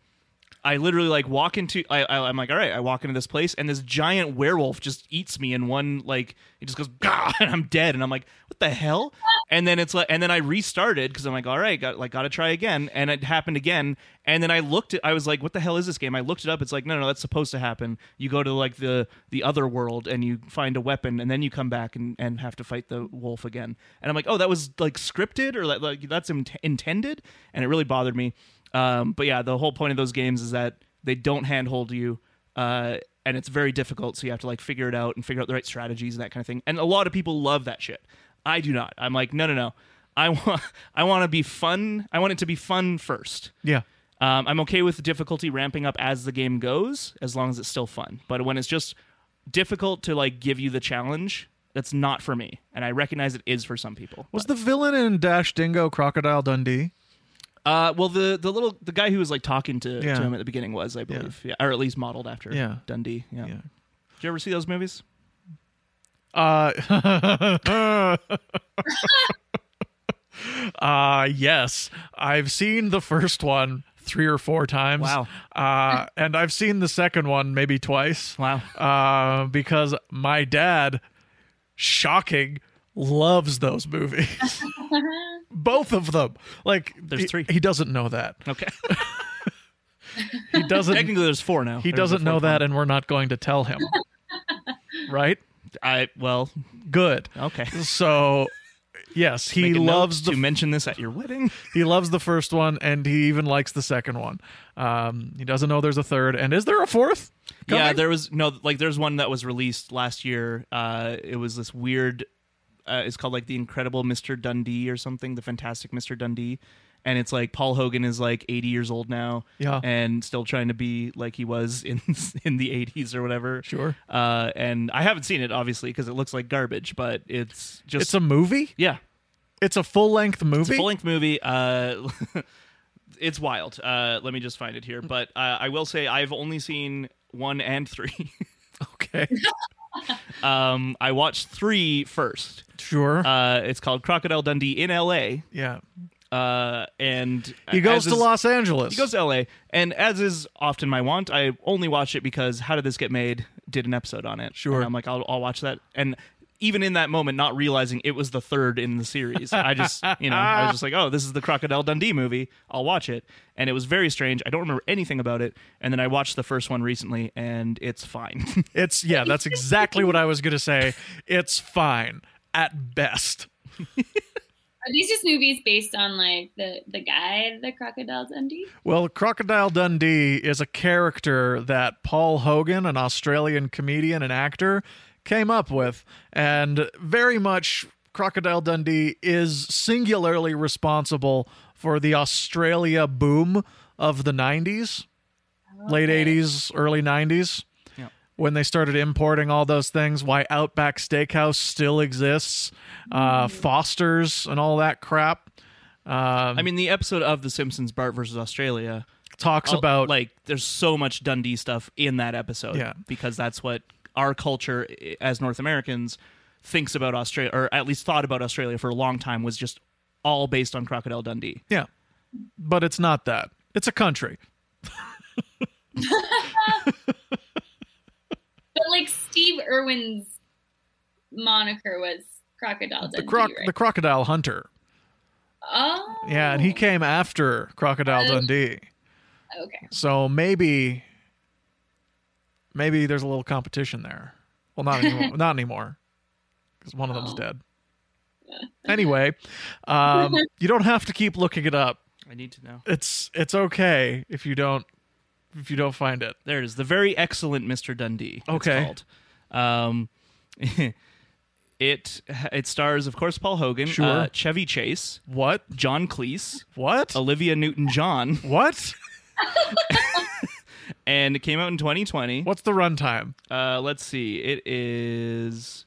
Speaker 1: I literally like walk into, I, I, I'm like, all right, I walk into this place, and this giant werewolf just eats me in one like, it just goes, <laughs> Gah! and I'm dead, and I'm like, what the hell? And then it's like, and then I restarted because I'm like, all right, got like, got to try again, and it happened again, and then I looked, at, I was like, what the hell is this game? I looked it up. It's like, no, no, that's supposed to happen. You go to like the the other world and you find a weapon, and then you come back and and have to fight the wolf again. And I'm like, oh, that was like scripted or like, like that's in- intended, and it really bothered me. Um, but yeah, the whole point of those games is that they don't handhold you, uh, and it's very difficult. So you have to like figure it out and figure out the right strategies and that kind of thing. And a lot of people love that shit. I do not. I'm like, no, no, no. I want <laughs> I want to be fun. I want it to be fun first.
Speaker 2: Yeah.
Speaker 1: Um, I'm okay with the difficulty ramping up as the game goes, as long as it's still fun. But when it's just difficult to like give you the challenge, that's not for me. And I recognize it is for some people.
Speaker 2: Was the villain in Dash Dingo Crocodile Dundee?
Speaker 1: Uh, well, the the little the guy who was like talking to,
Speaker 2: Yeah.
Speaker 1: to him at the beginning was, I believe, yeah. or at least modeled after
Speaker 2: Yeah.
Speaker 1: Dundee. Yeah. Did you ever see those movies?
Speaker 2: Uh, <laughs> uh yes. I've seen the first one three or four times.
Speaker 1: Wow.
Speaker 2: Uh and I've seen the second one maybe twice.
Speaker 1: Wow.
Speaker 2: Uh because my dad shocking loves those movies.
Speaker 1: <laughs>
Speaker 2: Both of them. Like
Speaker 1: There's
Speaker 2: he-
Speaker 1: three.
Speaker 2: He doesn't know that.
Speaker 1: Okay.
Speaker 2: He <laughs>
Speaker 1: <laughs>
Speaker 2: doesn't
Speaker 1: Technically, there's four now.
Speaker 2: he
Speaker 1: There was a
Speaker 2: doesn't know
Speaker 1: fourth
Speaker 2: that and we're not going to
Speaker 1: <laughs>
Speaker 2: tell him. right?
Speaker 1: one. I well,
Speaker 2: Good.
Speaker 1: okay.
Speaker 2: So yes, he
Speaker 1: Make a note
Speaker 2: loves the
Speaker 1: to mention this at your wedding.
Speaker 2: he loves the first one and he even likes the second one. Um, he doesn't know there's a third. And is there a fourth?
Speaker 1: Yeah,
Speaker 2: coming?
Speaker 1: there was no like there's one that was released last year. Uh, it was this weird. Uh, it's called like the Incredible Mr. Dundee or something, the Fantastic Mr. Dundee, and it's like Paul Hogan is like 80 years old now,
Speaker 2: Yeah.
Speaker 1: and still trying to be like he was in <laughs> in the 80s or whatever.
Speaker 2: Sure.
Speaker 1: Uh, and I haven't seen it obviously because it looks like garbage, but it's just
Speaker 2: It's a movie?
Speaker 1: yeah,
Speaker 2: It's a full length movie?
Speaker 1: full length movie. Uh, <laughs> it's wild. Uh, let me just find it here, but uh, I will say I've only seen one and three. <laughs>
Speaker 2: okay.
Speaker 1: Um, I watched three first.
Speaker 2: Sure.
Speaker 1: Uh, it's called Crocodile Dundee in L.A.
Speaker 2: yeah.
Speaker 1: Uh, and
Speaker 2: He goes
Speaker 1: as
Speaker 2: to
Speaker 1: is-
Speaker 2: Los Angeles.
Speaker 1: He goes to L.A. And as is often my want, I only watch it because How Did This Get Made did an episode on it.
Speaker 2: Sure.
Speaker 1: And I'm like, I'll, I'll watch that. And even in that moment, not realizing it was the third in the series, I <laughs> just, you know, I was just like, oh, this is the Crocodile Dundee movie. I'll watch it. And it was very strange. I don't remember anything about it. And then I watched the first one recently, and it's fine. <laughs>
Speaker 2: it's yeah, that's exactly what I was gonna say. It's fine at best.
Speaker 3: Are these just movies based on like the the guy, the crocodile Dundee?
Speaker 2: Well, Crocodile Dundee is a character that Paul Hogan, an Australian comedian and actor, came up with. And very much, Crocodile Dundee is singularly responsible for the Australia boom of the 90s, late
Speaker 3: Okay.
Speaker 2: 80s, early 90s.
Speaker 1: Yeah.
Speaker 2: When they started importing all those things, why Outback Steakhouse still exists, uh, Foster's, and all that crap. Um,
Speaker 1: I mean, the episode of The Simpsons, Bart versus Australia,
Speaker 2: talks
Speaker 1: all-
Speaker 2: about
Speaker 1: like there's so much Dundee stuff in that episode.
Speaker 2: Yeah.
Speaker 1: because that's what our culture i- as North Americans thinks about Australia, or at least thought about Australia for a long time, was just all based on Crocodile Dundee.
Speaker 2: Yeah. But it's not that. It's a country.
Speaker 3: But like Steve Irwin's moniker was crocodile.
Speaker 2: the
Speaker 3: Dundee,
Speaker 2: croc
Speaker 3: right?
Speaker 2: the crocodile hunter.
Speaker 3: oh,
Speaker 2: Yeah, and he came after Crocodile
Speaker 3: Oh.
Speaker 2: Dundee.
Speaker 3: Okay,
Speaker 2: So maybe maybe there's a little competition there. Well, not
Speaker 3: <laughs>
Speaker 2: anymore. not anymore. Cuz one of them's
Speaker 3: Oh.
Speaker 2: dead. Anyway,
Speaker 3: <laughs>
Speaker 2: um, you don't have to keep looking it up.
Speaker 1: I need to know.
Speaker 2: It's it's okay if you don't if you don't find it.
Speaker 1: There it is. The very excellent Mr. Dundee.
Speaker 2: Okay.
Speaker 1: It's called. Um, <laughs> it it stars, of course, Paul Hogan,
Speaker 2: Sure.
Speaker 1: uh, Chevy Chase,
Speaker 2: What?
Speaker 1: John Cleese,
Speaker 2: What?
Speaker 1: Olivia Newton John,
Speaker 2: What?
Speaker 1: and it came out in 2020.
Speaker 2: What's the runtime?
Speaker 1: Uh, let's see. It is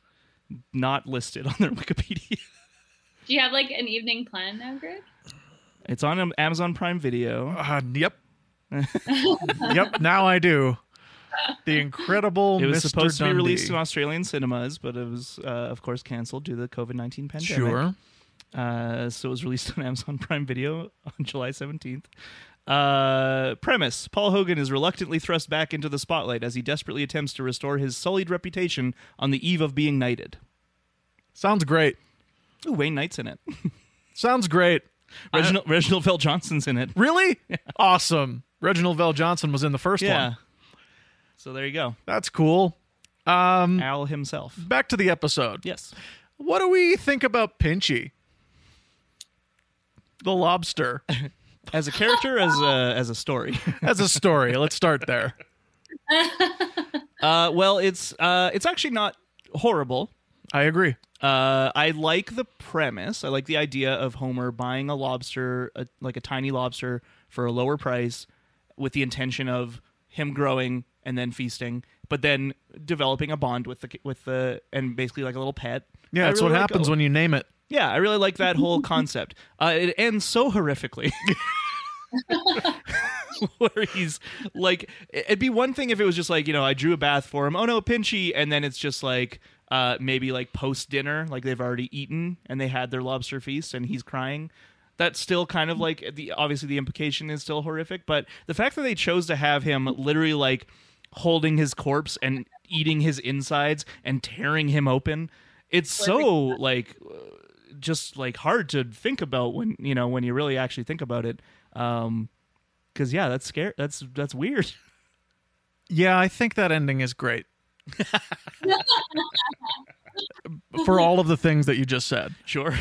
Speaker 1: not listed <laughs> on their Wikipedia.
Speaker 3: do you have like an evening plan now, Greg? <laughs>
Speaker 1: It's on um, Amazon Prime Video.
Speaker 2: Uh, yep. yep, now I do. The incredible
Speaker 1: It was
Speaker 2: Mr.
Speaker 1: supposed to be
Speaker 2: Dundee.
Speaker 1: released in Australian cinemas, but it was, uh, of course, canceled due to the COVID 19 pandemic.
Speaker 2: Sure.
Speaker 1: Uh, so it was released on <laughs> Amazon Prime Video on July 17th. Uh, premise Paul Hogan is reluctantly thrust back into the spotlight as he desperately attempts to restore his sullied reputation on the eve of being knighted.
Speaker 2: Sounds great.
Speaker 1: Ooh, Wayne Knight's in it.
Speaker 2: Sounds great.
Speaker 1: Reginald, Reginald Fell Johnson's in it.
Speaker 2: Really? Awesome. Reginald Vell Johnson was in the first
Speaker 1: Yeah.
Speaker 2: one.
Speaker 1: So there you go.
Speaker 2: That's cool. Um,
Speaker 1: Al himself.
Speaker 2: back to the episode.
Speaker 1: Yes.
Speaker 2: What do we think about Pinchy? The lobster.
Speaker 1: As a character, as a as a story.
Speaker 2: As a story, let's start there.
Speaker 1: <laughs> Uh, well, it's uh, it's actually not horrible.
Speaker 2: I agree.
Speaker 1: Uh, I like the premise. I like the idea of Homer buying a lobster, a, like a tiny lobster, for a lower price, with the intention of him growing and then feasting, but then developing a bond with the with the and basically like a little pet.
Speaker 2: Yeah,
Speaker 1: I
Speaker 2: that's
Speaker 1: really
Speaker 2: what
Speaker 1: like-
Speaker 2: happens when you name it.
Speaker 1: Yeah, I really like that whole concept. Uh, it ends so horrifically. <laughs> Where he's like, it'd be one thing if it was just like, you know, I drew a bath for him. Oh no, Pinchy. And then it's just like, uh, maybe like post dinner, like they've already eaten and they had their lobster feast and he's crying. That's still kind of like the obviously the implication is still horrific, but the fact that they chose to have him literally like holding his corpse and eating his insides and tearing him open, it's so like just like hard to think about when you know when you really actually think about it um because yeah that's scary that's that's weird <laughs>
Speaker 2: Yeah, I think that ending is great. For all of the things that you just said.
Speaker 1: sure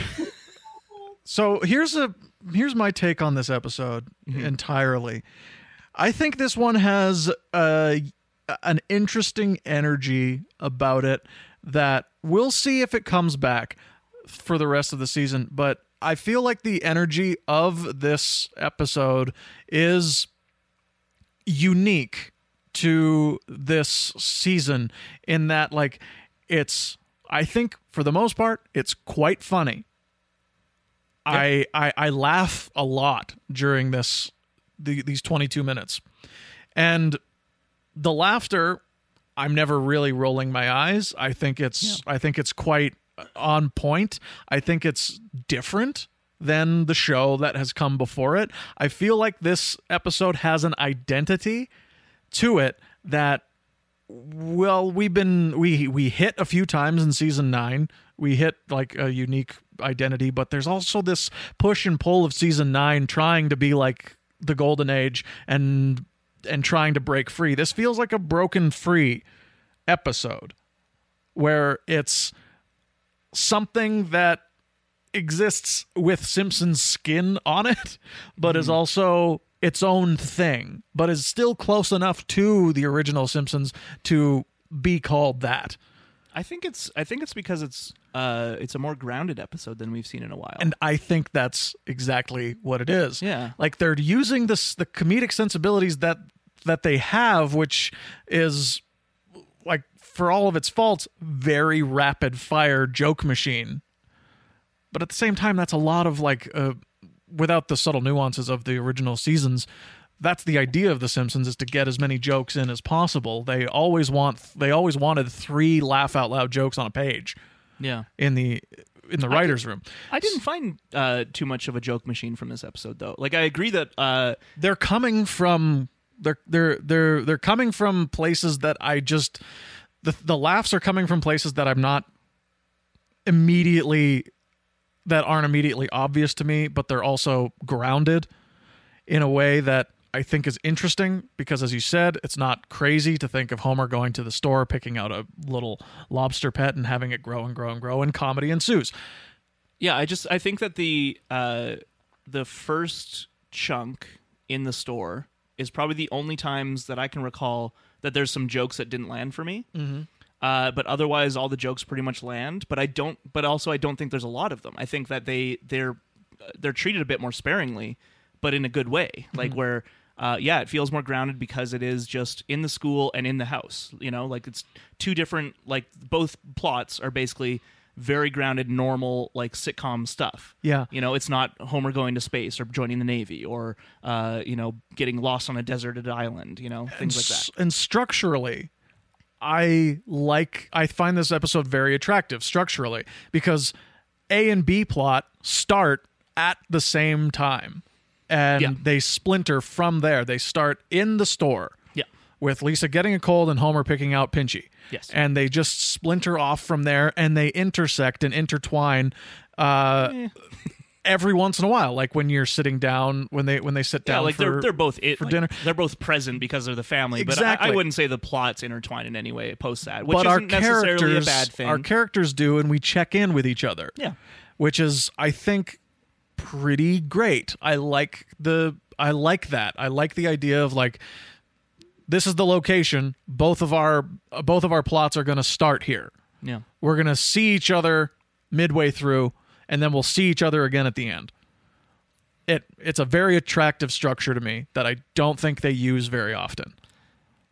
Speaker 2: So here's a here's my take on this episode entirely. I think this one has uh, an interesting energy about it that we'll see if it comes back for the rest of the season. But I feel like the energy of this episode is unique to this season in that like it's I think for the most part it's quite funny. I, I I laugh a lot during this the, these 22 minutes. And the laughter I'm never really rolling my eyes. I think it's I think it's quite on point. I think it's different than the show that has come before it. I feel like this episode has an identity to it that well we've been we we hit a few times in season 9 we hit like a unique identity but there's also this push and pull of season 9 trying to be like the golden age and and trying to break free this feels like a broken free episode where it's something that exists with Simpson's skin on it, but is also its own thing, but is still close enough to the original Simpsons to be called that.
Speaker 1: i think it's i think it's because it's uh it's a more grounded episode than we've seen in a while
Speaker 2: And I think that's exactly what it is.
Speaker 1: Yeah.
Speaker 2: Like they're using this the comedic sensibilities that that they have, which is like for all of its faults, very rapid fire joke machine. But at the same time, that's a lot of like uh, without the subtle nuances of the original seasons. That's the idea of The Simpsons is to get as many jokes in as possible. They always want they always wanted three laugh out loud jokes on a page
Speaker 1: yeah
Speaker 2: in the in the writers room.
Speaker 1: i didn't find uh too much of a joke machine from this episode though like i agree that uh
Speaker 2: they're coming from they're they're they're they're coming from places that I just the the laughs are coming from places that I'm not immediately that aren't immediately obvious to me, but they're also grounded in a way that I think is interesting because, as you said, it's not crazy to think of Homer going to the store, picking out a little lobster pet, and having it grow and grow and grow, and comedy ensues.
Speaker 1: Yeah, I just I think that the uh, the first chunk in the store is probably the only times that I can recall that there's some jokes that didn't land for me. Mm-hmm. Uh, but otherwise, all the jokes pretty much land. But I don't. But also, I don't think there's a lot of them. I think that they they're uh, they're treated a bit more sparingly, but in a good way.
Speaker 2: Mm-hmm.
Speaker 1: Like where, uh, yeah, it feels more grounded because it is just in the school and in the house. You know, like it's two different. Like both plots are basically very grounded, normal, like sitcom stuff.
Speaker 2: Yeah.
Speaker 1: You know, it's not Homer going to space or joining the Navy or, uh, you know, getting lost on a deserted island, you know, things like that.
Speaker 2: S- And structurally, I like I find this episode very attractive structurally because A and B plot start at the same time and
Speaker 1: Yeah.
Speaker 2: they splinter from there. They start in the store
Speaker 1: Yeah.
Speaker 2: with Lisa getting a cold and Homer picking out Pinchy.
Speaker 1: Yes.
Speaker 2: And they just splinter off from there and they intersect and intertwine uh
Speaker 1: Eh.
Speaker 2: every once in a while like when you're sitting down when they when they sit down
Speaker 1: Yeah, like
Speaker 2: for-
Speaker 1: they're they're both it,
Speaker 2: for
Speaker 1: like,
Speaker 2: dinner.
Speaker 1: They're both present because they're the family. But I- I,
Speaker 2: Exactly.
Speaker 1: wouldn't say the plots intertwine in any way post that, which
Speaker 2: but
Speaker 1: isn't
Speaker 2: our
Speaker 1: necessarily a
Speaker 2: characters
Speaker 1: bad thing.
Speaker 2: our characters do and we check in with each other
Speaker 1: Yeah.
Speaker 2: which is i think pretty great i like the i like that i like the idea of like this is the location both of our uh, both of our plots are going to start here
Speaker 1: yeah.
Speaker 2: we're going to see each other midway through and then we'll see each other again at the end it it's a very attractive structure to me that i don't think they use very often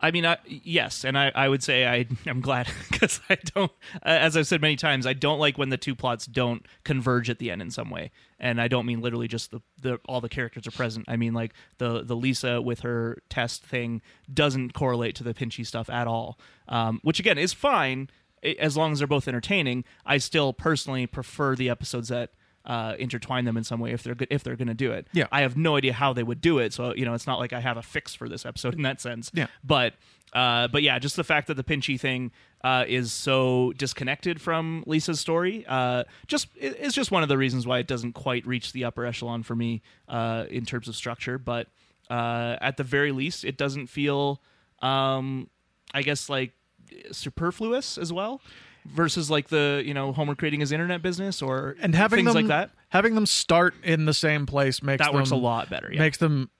Speaker 1: I mean, I, yes, and I, I would say I <laughs> am glad because I don't, as I've said many times, I don't like when the two plots don't converge at the end in some way, and I don't mean literally just the, the all the characters are present. I mean like the the Lisa with her test thing doesn't correlate to the Pinchy stuff at all, um, which again is fine i- as long as they're both entertaining. I still personally prefer the episodes that. Uh, intertwine them in some way if they're go- if they're going to do it.
Speaker 2: Yeah.
Speaker 1: I have no idea how they would do it, so you know it's not like I have a fix for this episode <laughs> in that sense
Speaker 2: Yeah.
Speaker 1: but uh, but yeah, just the fact that the Pinchy thing uh, is so disconnected from Lisa's story, uh, just it, it's just one of the reasons why it doesn't quite reach the upper echelon for me uh, in terms of structure. But uh, at the very least, it doesn't feel, um, I guess, like superfluous as well. Versus like the you know Homer creating his internet business or
Speaker 2: and having
Speaker 1: things
Speaker 2: them
Speaker 1: like that
Speaker 2: having them start in the same place makes
Speaker 1: that works a
Speaker 2: them-
Speaker 1: lot better. Yeah.
Speaker 2: makes them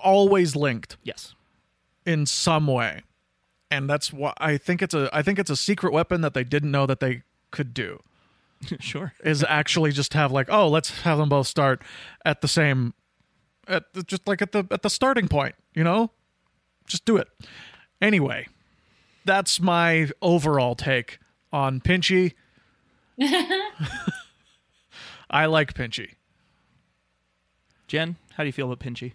Speaker 2: always linked
Speaker 1: yes. <laughs>
Speaker 2: in some way and that's why i think it's a i think it's a secret weapon that they didn't know that they could do
Speaker 1: sure.
Speaker 2: is actually just have like oh let's have them both start at the same at the, just like at the at the starting point you know just do it anyway that's my overall take on pinchy <laughs> i like pinchy
Speaker 1: Jen, how do you feel about Pinchy?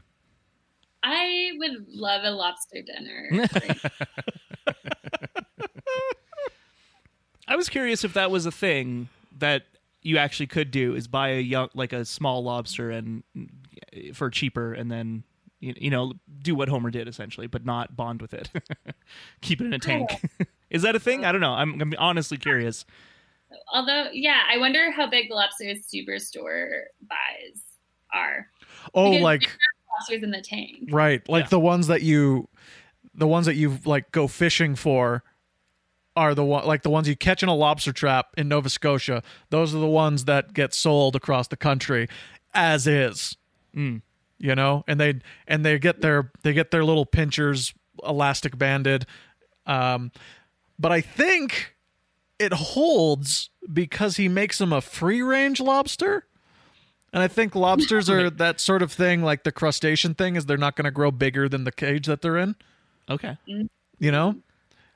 Speaker 3: I would love a lobster
Speaker 2: <laughs>
Speaker 3: dinner.
Speaker 1: I was curious if that was a thing that you actually could do is buy a young like a small lobster and mm, for cheaper and then you you know do what Homer did essentially but not bond with it. <laughs> Keep it in a tank. <laughs> is that a thing? I don't know. I'm, I'm honestly curious.
Speaker 3: Although, yeah, I wonder how big lobsters superstore buys are.
Speaker 2: oh
Speaker 3: Because
Speaker 2: like
Speaker 3: they have lobsters in the tank.
Speaker 2: Right. Like
Speaker 1: Yeah.
Speaker 2: the ones that you the ones that you like go fishing for are the one like the ones you catch in a lobster trap in Nova Scotia. Those are the ones that get sold across the country as is. You know, and they and they get their they get their little pinchers elastic banded. Um but I think it holds because he makes him a free range lobster. And I think lobsters are that sort of thing, like the crustacean thing, is they're not going to grow bigger than the cage that they're in.
Speaker 1: Okay.
Speaker 2: You know,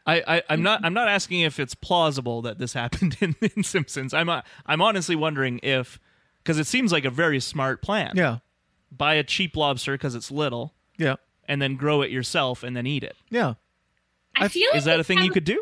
Speaker 1: I, I I'm not I'm not asking if it's plausible that this <laughs> happened in, in Simpsons. I'm uh, I'm honestly wondering if because it seems like a very smart plan.
Speaker 2: yeah,
Speaker 1: Buy a cheap lobster because it's little
Speaker 2: yeah,
Speaker 1: and then grow it yourself and then eat it.
Speaker 2: yeah.
Speaker 3: I feel like
Speaker 1: Is that a thing
Speaker 3: they
Speaker 1: you
Speaker 3: have
Speaker 1: could do?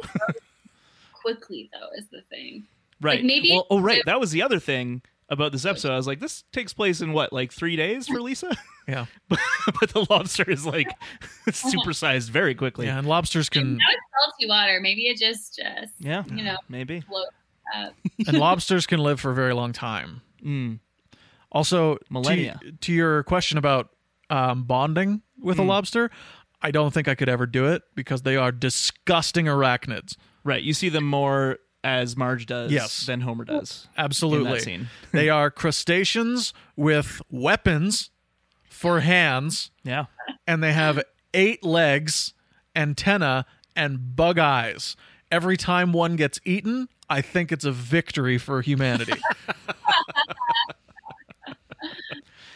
Speaker 3: quickly though is the thing.
Speaker 1: Right.
Speaker 3: maybe-
Speaker 1: Well, oh, right. That was the other thing about this episode. I was like, this takes place in what, like three days for Lisa? <laughs>
Speaker 2: Yeah,
Speaker 1: but but the lobster is like <laughs>
Speaker 3: Uh-huh.
Speaker 1: supersized very quickly.
Speaker 2: yeah, and lobsters can.
Speaker 3: Now it's salty water. Maybe it just just
Speaker 1: Yeah,
Speaker 3: you know
Speaker 1: Maybe.
Speaker 3: float up.
Speaker 2: and lobsters can live for a very long time.
Speaker 1: Mm.
Speaker 2: Also, to-
Speaker 1: Millennia.
Speaker 2: To, your question about um, bonding with
Speaker 1: Hmm.
Speaker 2: a lobster, I don't think I could ever do it because they are disgusting arachnids.
Speaker 1: Right. You see them more as Marge does
Speaker 2: Yes.
Speaker 1: than Homer does.
Speaker 2: Absolutely.
Speaker 1: In that scene. <laughs>
Speaker 2: they are crustaceans with weapons for hands,
Speaker 1: Yeah.
Speaker 2: and they have eight legs, antenna, and bug eyes. Every time one gets eaten, I think it's a victory
Speaker 1: <laughs>
Speaker 2: for humanity.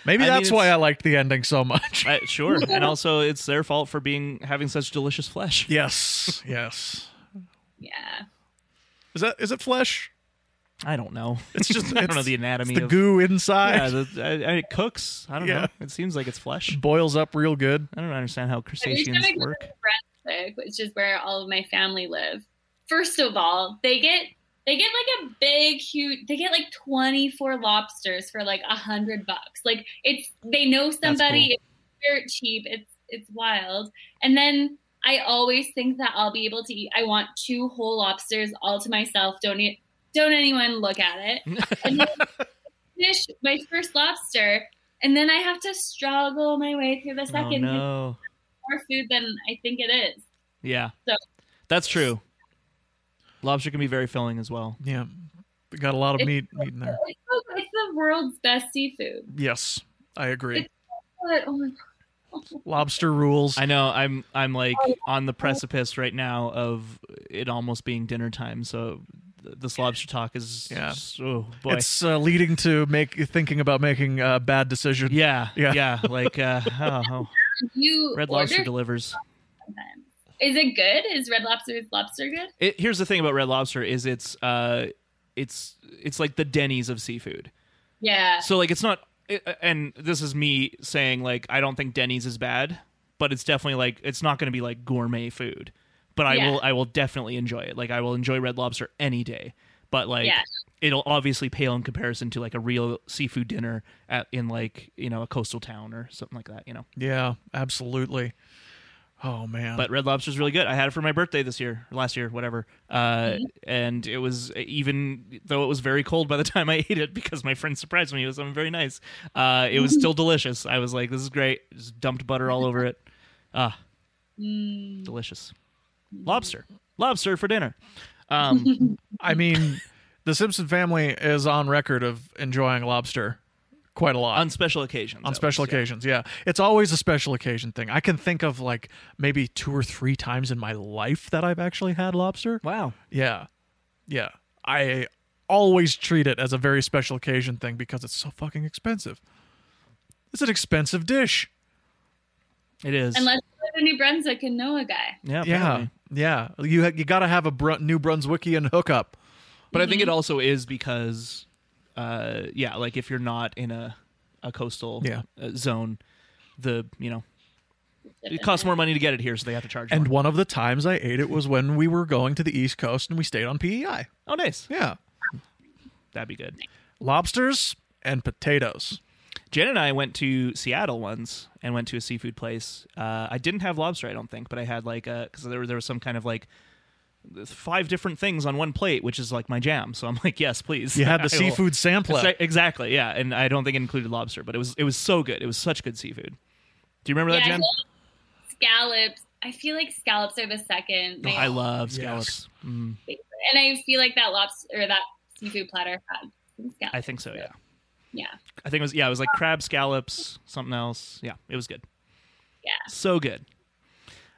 Speaker 2: Maybe
Speaker 1: I mean,
Speaker 2: that's why
Speaker 1: it's-
Speaker 2: I liked the ending so much.
Speaker 1: Uh,
Speaker 3: <laughs>
Speaker 1: sure. and also, it's their fault for being having such delicious flesh.
Speaker 2: <laughs> yes, yes.
Speaker 3: Yeah.
Speaker 2: Is that is it flesh?
Speaker 1: I don't <laughs> know.
Speaker 2: It's just
Speaker 1: I don't know
Speaker 2: it's-
Speaker 1: the anatomy
Speaker 2: it's the
Speaker 1: of
Speaker 2: goo inside.
Speaker 1: Yeah, the, I, I- it cooks. I don't
Speaker 2: Yeah.
Speaker 1: know. It seems like it's flesh.
Speaker 2: <laughs> boils up real good.
Speaker 1: I don't understand how
Speaker 3: Every time
Speaker 1: crustaceans
Speaker 3: I go
Speaker 1: work.
Speaker 3: <laughs> to Brunswick, which is where all of my family live. First of all, they get they get like a big, huge. They get like twenty four lobsters for like a hundred bucks. Like it's they know somebody. It's dirt cheap. It's it's wild. And then I always think that I'll be able to eat. I want two whole lobsters all to myself. Don't eat, don't anyone look at it. and then fish my first lobster, and then I have to struggle my way through
Speaker 1: <laughs>
Speaker 3: the
Speaker 1: Oh,
Speaker 3: second. 'cause
Speaker 1: no.
Speaker 3: more food than I think it is.
Speaker 1: Yeah.
Speaker 3: So-
Speaker 1: That's true. Lobster can be very filling as well.
Speaker 2: Yeah. We got a lot of
Speaker 3: It's-
Speaker 2: meat meat in there.
Speaker 3: It's the, it's the world's best seafood.
Speaker 2: Yes, I agree.
Speaker 3: It's- But, oh my God.
Speaker 2: Lobster rules.
Speaker 1: I know. I'm I'm like on the precipice right now of it almost being dinner time. So th- this lobster talk is
Speaker 2: Yeah.
Speaker 1: just- oh boy.
Speaker 2: It's uh, leading to make thinking about making a bad decision.
Speaker 1: yeah,
Speaker 2: Yeah.
Speaker 1: yeah, like uh, oh,
Speaker 3: <laughs>
Speaker 1: oh.
Speaker 3: You
Speaker 1: Red
Speaker 3: order
Speaker 1: Lobster delivers.
Speaker 3: sometimes. Is it good? Is red lobster's lobster good?
Speaker 1: It, here's the thing about Red Lobster is it's uh, it's it's like the Denny's of seafood.
Speaker 3: Yeah.
Speaker 1: So like it's not, it, and this is me saying like I don't think Denny's is bad, but it's definitely like it's not going to be like gourmet food. But I
Speaker 3: Yeah.
Speaker 1: will I will definitely enjoy it. Like I will enjoy Red Lobster any day. But like
Speaker 3: Yeah.
Speaker 1: it'll obviously pale in comparison to like a real seafood dinner at in like you know a coastal town or something like that. You know.
Speaker 2: Yeah, absolutely. Oh man.
Speaker 1: but Red Lobster's really good. I had it for my birthday this year, last year, whatever. Uh, And it was even though it was very cold by the <laughs> time I ate it because my friend surprised me with something very nice. Uh, it was still delicious. I was like, "This is great." Just dumped butter all over it. Ah,
Speaker 3: Mm.
Speaker 1: delicious. Lobster, lobster for dinner. Um,
Speaker 2: I mean, <laughs> the Simpson family is on record of enjoying lobster quite a lot.
Speaker 1: on special occasions.
Speaker 2: on
Speaker 1: that
Speaker 2: special
Speaker 1: was, yeah.
Speaker 2: occasions, yeah. It's always a special occasion thing. I can think of like maybe two or three times in my life that I've actually had lobster.
Speaker 1: Wow.
Speaker 2: Yeah. Yeah. I always treat it as a very special occasion thing because it's so fucking expensive. It's an expensive dish.
Speaker 1: It is.
Speaker 3: Unless you live in New Brunswick and know a guy.
Speaker 1: yeah.
Speaker 2: Yeah.
Speaker 1: apparently.
Speaker 2: Yeah. You ha- you got to have a Bru- New Brunswickian hookup.
Speaker 1: But I think it also is because, uh, yeah, like if you're not in a, a coastal
Speaker 2: Yeah.
Speaker 1: uh, zone, the you know it costs more money to get it here, so they have to charge.
Speaker 2: And
Speaker 1: more.
Speaker 2: one of the times I ate it was when we were going to the East Coast and we stayed on E PEI.
Speaker 1: oh, nice,
Speaker 2: Yeah.
Speaker 1: that'd be good.
Speaker 2: Lobsters and potatoes.
Speaker 1: Jen and I went to Seattle once and went to a seafood place. Uh, I didn't have lobster, I don't think, but I had like a because there were there was some kind of like five different things on one plate, which is like my jam. So I'm like, yes, please.
Speaker 2: You
Speaker 1: <laughs>
Speaker 2: had
Speaker 1: I
Speaker 2: <laughs> the
Speaker 1: will-
Speaker 2: seafood sampler.
Speaker 1: Exa- Exactly, yeah, and I don't think it included lobster, but it was it was so good. It was such good seafood. Do you remember
Speaker 3: Yeah,
Speaker 1: that,
Speaker 3: I
Speaker 1: Jen?
Speaker 3: feel like scallops. I feel like scallops are the second.
Speaker 1: Oh,
Speaker 3: my
Speaker 1: I love
Speaker 2: Yes.
Speaker 1: scallops. Mm,
Speaker 3: favorite. And I feel like that lobster or that seafood platter had some scallops.
Speaker 1: I think so. Yeah.
Speaker 3: Yeah.
Speaker 1: I think it was yeah. It was like crab scallops, something else. Yeah, it was good.
Speaker 3: Yeah.
Speaker 1: So good.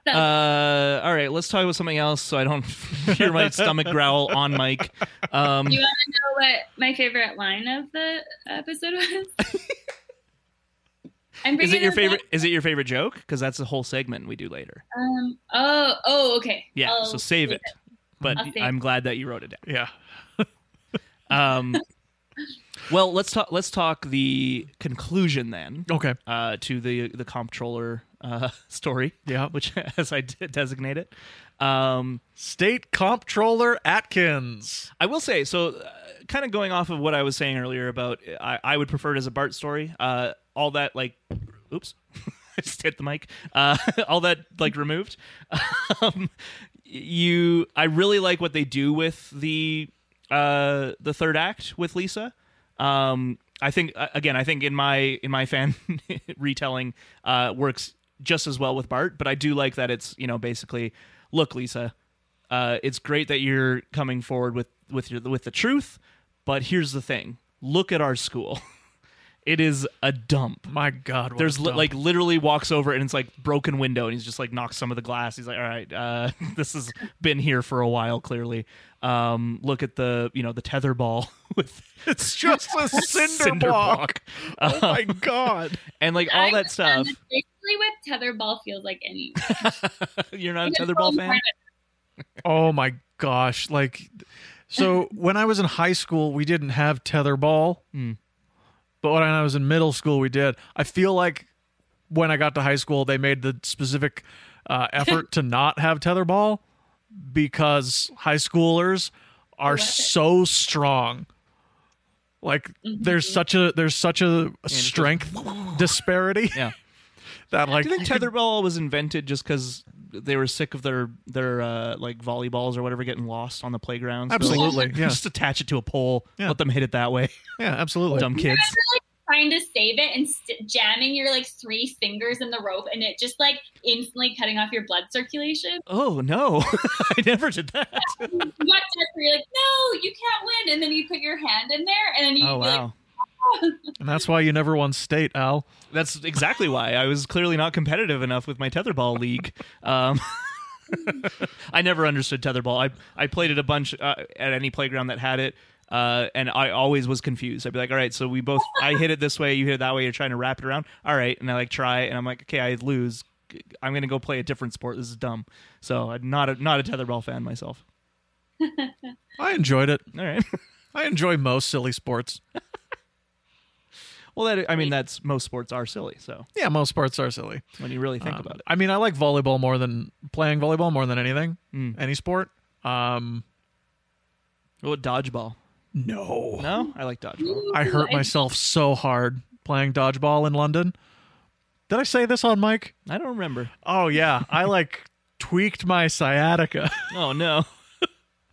Speaker 3: So-
Speaker 1: Uh, all right, let's talk about something else so I don't <laughs> hear my stomach growl on mic. Um,
Speaker 3: You want to know what my favorite line of the episode was?
Speaker 1: <laughs>
Speaker 3: I'm
Speaker 1: is
Speaker 3: bringing
Speaker 1: it your
Speaker 3: up-
Speaker 1: favorite? Is it your favorite joke? Because that's a whole segment we do later.
Speaker 3: Um, oh, oh, okay.
Speaker 1: Yeah.
Speaker 3: I'll-
Speaker 1: so save it. But
Speaker 3: I'll save
Speaker 1: I'm glad that you wrote it down.
Speaker 2: yeah.
Speaker 1: Um, well, let's talk. Let's talk the conclusion then.
Speaker 2: Okay.
Speaker 1: uh, to the the comptroller uh, <laughs> story.
Speaker 2: Yeah.
Speaker 1: which <laughs> as I did designate it, um,
Speaker 2: State Comptroller Atkins.
Speaker 1: I will say so. Uh, kind of going off of what I was saying earlier about I, I would prefer it as a Bart story. Uh, all that like, oops, <laughs> I just hit the mic. Uh, <laughs> all that like <laughs> removed. um, you, I really like what they do with the uh, the third act with Lisa. Um, I think uh, again, I think in my in my fan <laughs> retelling uh, works just as well with Bart, but I do like that it's you know basically, look, Lisa, uh, it's great that you're coming forward with with your with the truth, but here's the thing: look at our school, <laughs> it is a dump.
Speaker 2: My God, what
Speaker 1: There's
Speaker 2: a
Speaker 1: li-
Speaker 2: dump.
Speaker 1: like literally walks over and it's like broken window and he's just like knocks some of the glass. He's like, all right, uh, <laughs> this has been here for a while. Clearly, um, look at the you know the tether ball <laughs> with
Speaker 2: it's just
Speaker 1: <laughs>
Speaker 2: a cinder,
Speaker 1: cinder
Speaker 2: block.
Speaker 1: block.
Speaker 2: <laughs>
Speaker 1: Uh,
Speaker 2: Oh my God.
Speaker 1: and like
Speaker 3: I
Speaker 1: all that
Speaker 3: was done
Speaker 1: stuff.
Speaker 3: with Basically, what tetherball feels
Speaker 1: <laughs>
Speaker 3: like any.
Speaker 1: You're not a
Speaker 3: It's
Speaker 1: tetherball
Speaker 3: so
Speaker 1: fan.
Speaker 3: hard.
Speaker 2: Oh my gosh. Like, so when I was in high school, we didn't have tetherball.
Speaker 1: Hmm.
Speaker 2: But when I was in middle school, we did. I feel like when I got to high school, they made the specific
Speaker 1: <laughs>
Speaker 2: uh, effort to not have tetherball because high schoolers are
Speaker 3: love it.
Speaker 2: so strong. Like there's such a there's such a
Speaker 1: Mm-hmm. just- <laughs>
Speaker 2: strength disparity.
Speaker 1: Yeah.
Speaker 2: <laughs> that like
Speaker 1: Do you think
Speaker 2: you could-
Speaker 1: tetherball was invented just because they were sick of their their uh, like volleyballs or whatever getting lost on the playground? So they're like,
Speaker 2: Absolutely, yeah.
Speaker 1: <laughs> Just attach it to a pole.
Speaker 2: Yeah.
Speaker 1: Let them hit it that way.
Speaker 2: yeah, absolutely.
Speaker 1: Dumb kids.
Speaker 3: Trying to save it and st- jamming your like three fingers in the rope and it just like instantly cutting off your blood
Speaker 1: <laughs>
Speaker 3: circulation.
Speaker 1: Oh no! I never did that.
Speaker 3: You got desperate, you're like, no, you can't win. And then you put your hand in there and then you
Speaker 1: Oh
Speaker 3: you're like,
Speaker 1: wow.
Speaker 2: And that's why you never won state, Al.
Speaker 1: That's exactly why I was clearly not competitive enough with my tetherball league. Um, <laughs> I never understood tetherball. I I played it a bunch uh, at any playground that had it, uh, and I always was confused. I'd be like, "All right, so we both I hit it this way, you hit it that way. You're trying to wrap it around. All right," and I like try, and I'm like, "Okay, I lose. I'm gonna go play a different sport. This is dumb." So I'm not a, not a tetherball fan myself.
Speaker 2: I enjoyed it.
Speaker 1: All right. <laughs>
Speaker 2: I enjoy most silly sports.
Speaker 1: Well, that I mean, that's most sports are silly. So
Speaker 2: Yeah, most sports are silly.
Speaker 1: when you really think
Speaker 2: Um,
Speaker 1: about it,
Speaker 2: I mean, I like volleyball more than playing volleyball more than anything,
Speaker 1: Mm.
Speaker 2: any sport. Um,
Speaker 1: what about dodgeball?
Speaker 2: no.
Speaker 1: No, I like dodgeball.
Speaker 3: "Ooh,"
Speaker 2: I hurt
Speaker 3: and-
Speaker 2: myself so hard playing dodgeball in London. Did I say this on mic?
Speaker 1: I don't remember.
Speaker 2: Oh yeah, I like tweaked my sciatica <laughs>
Speaker 1: Oh no.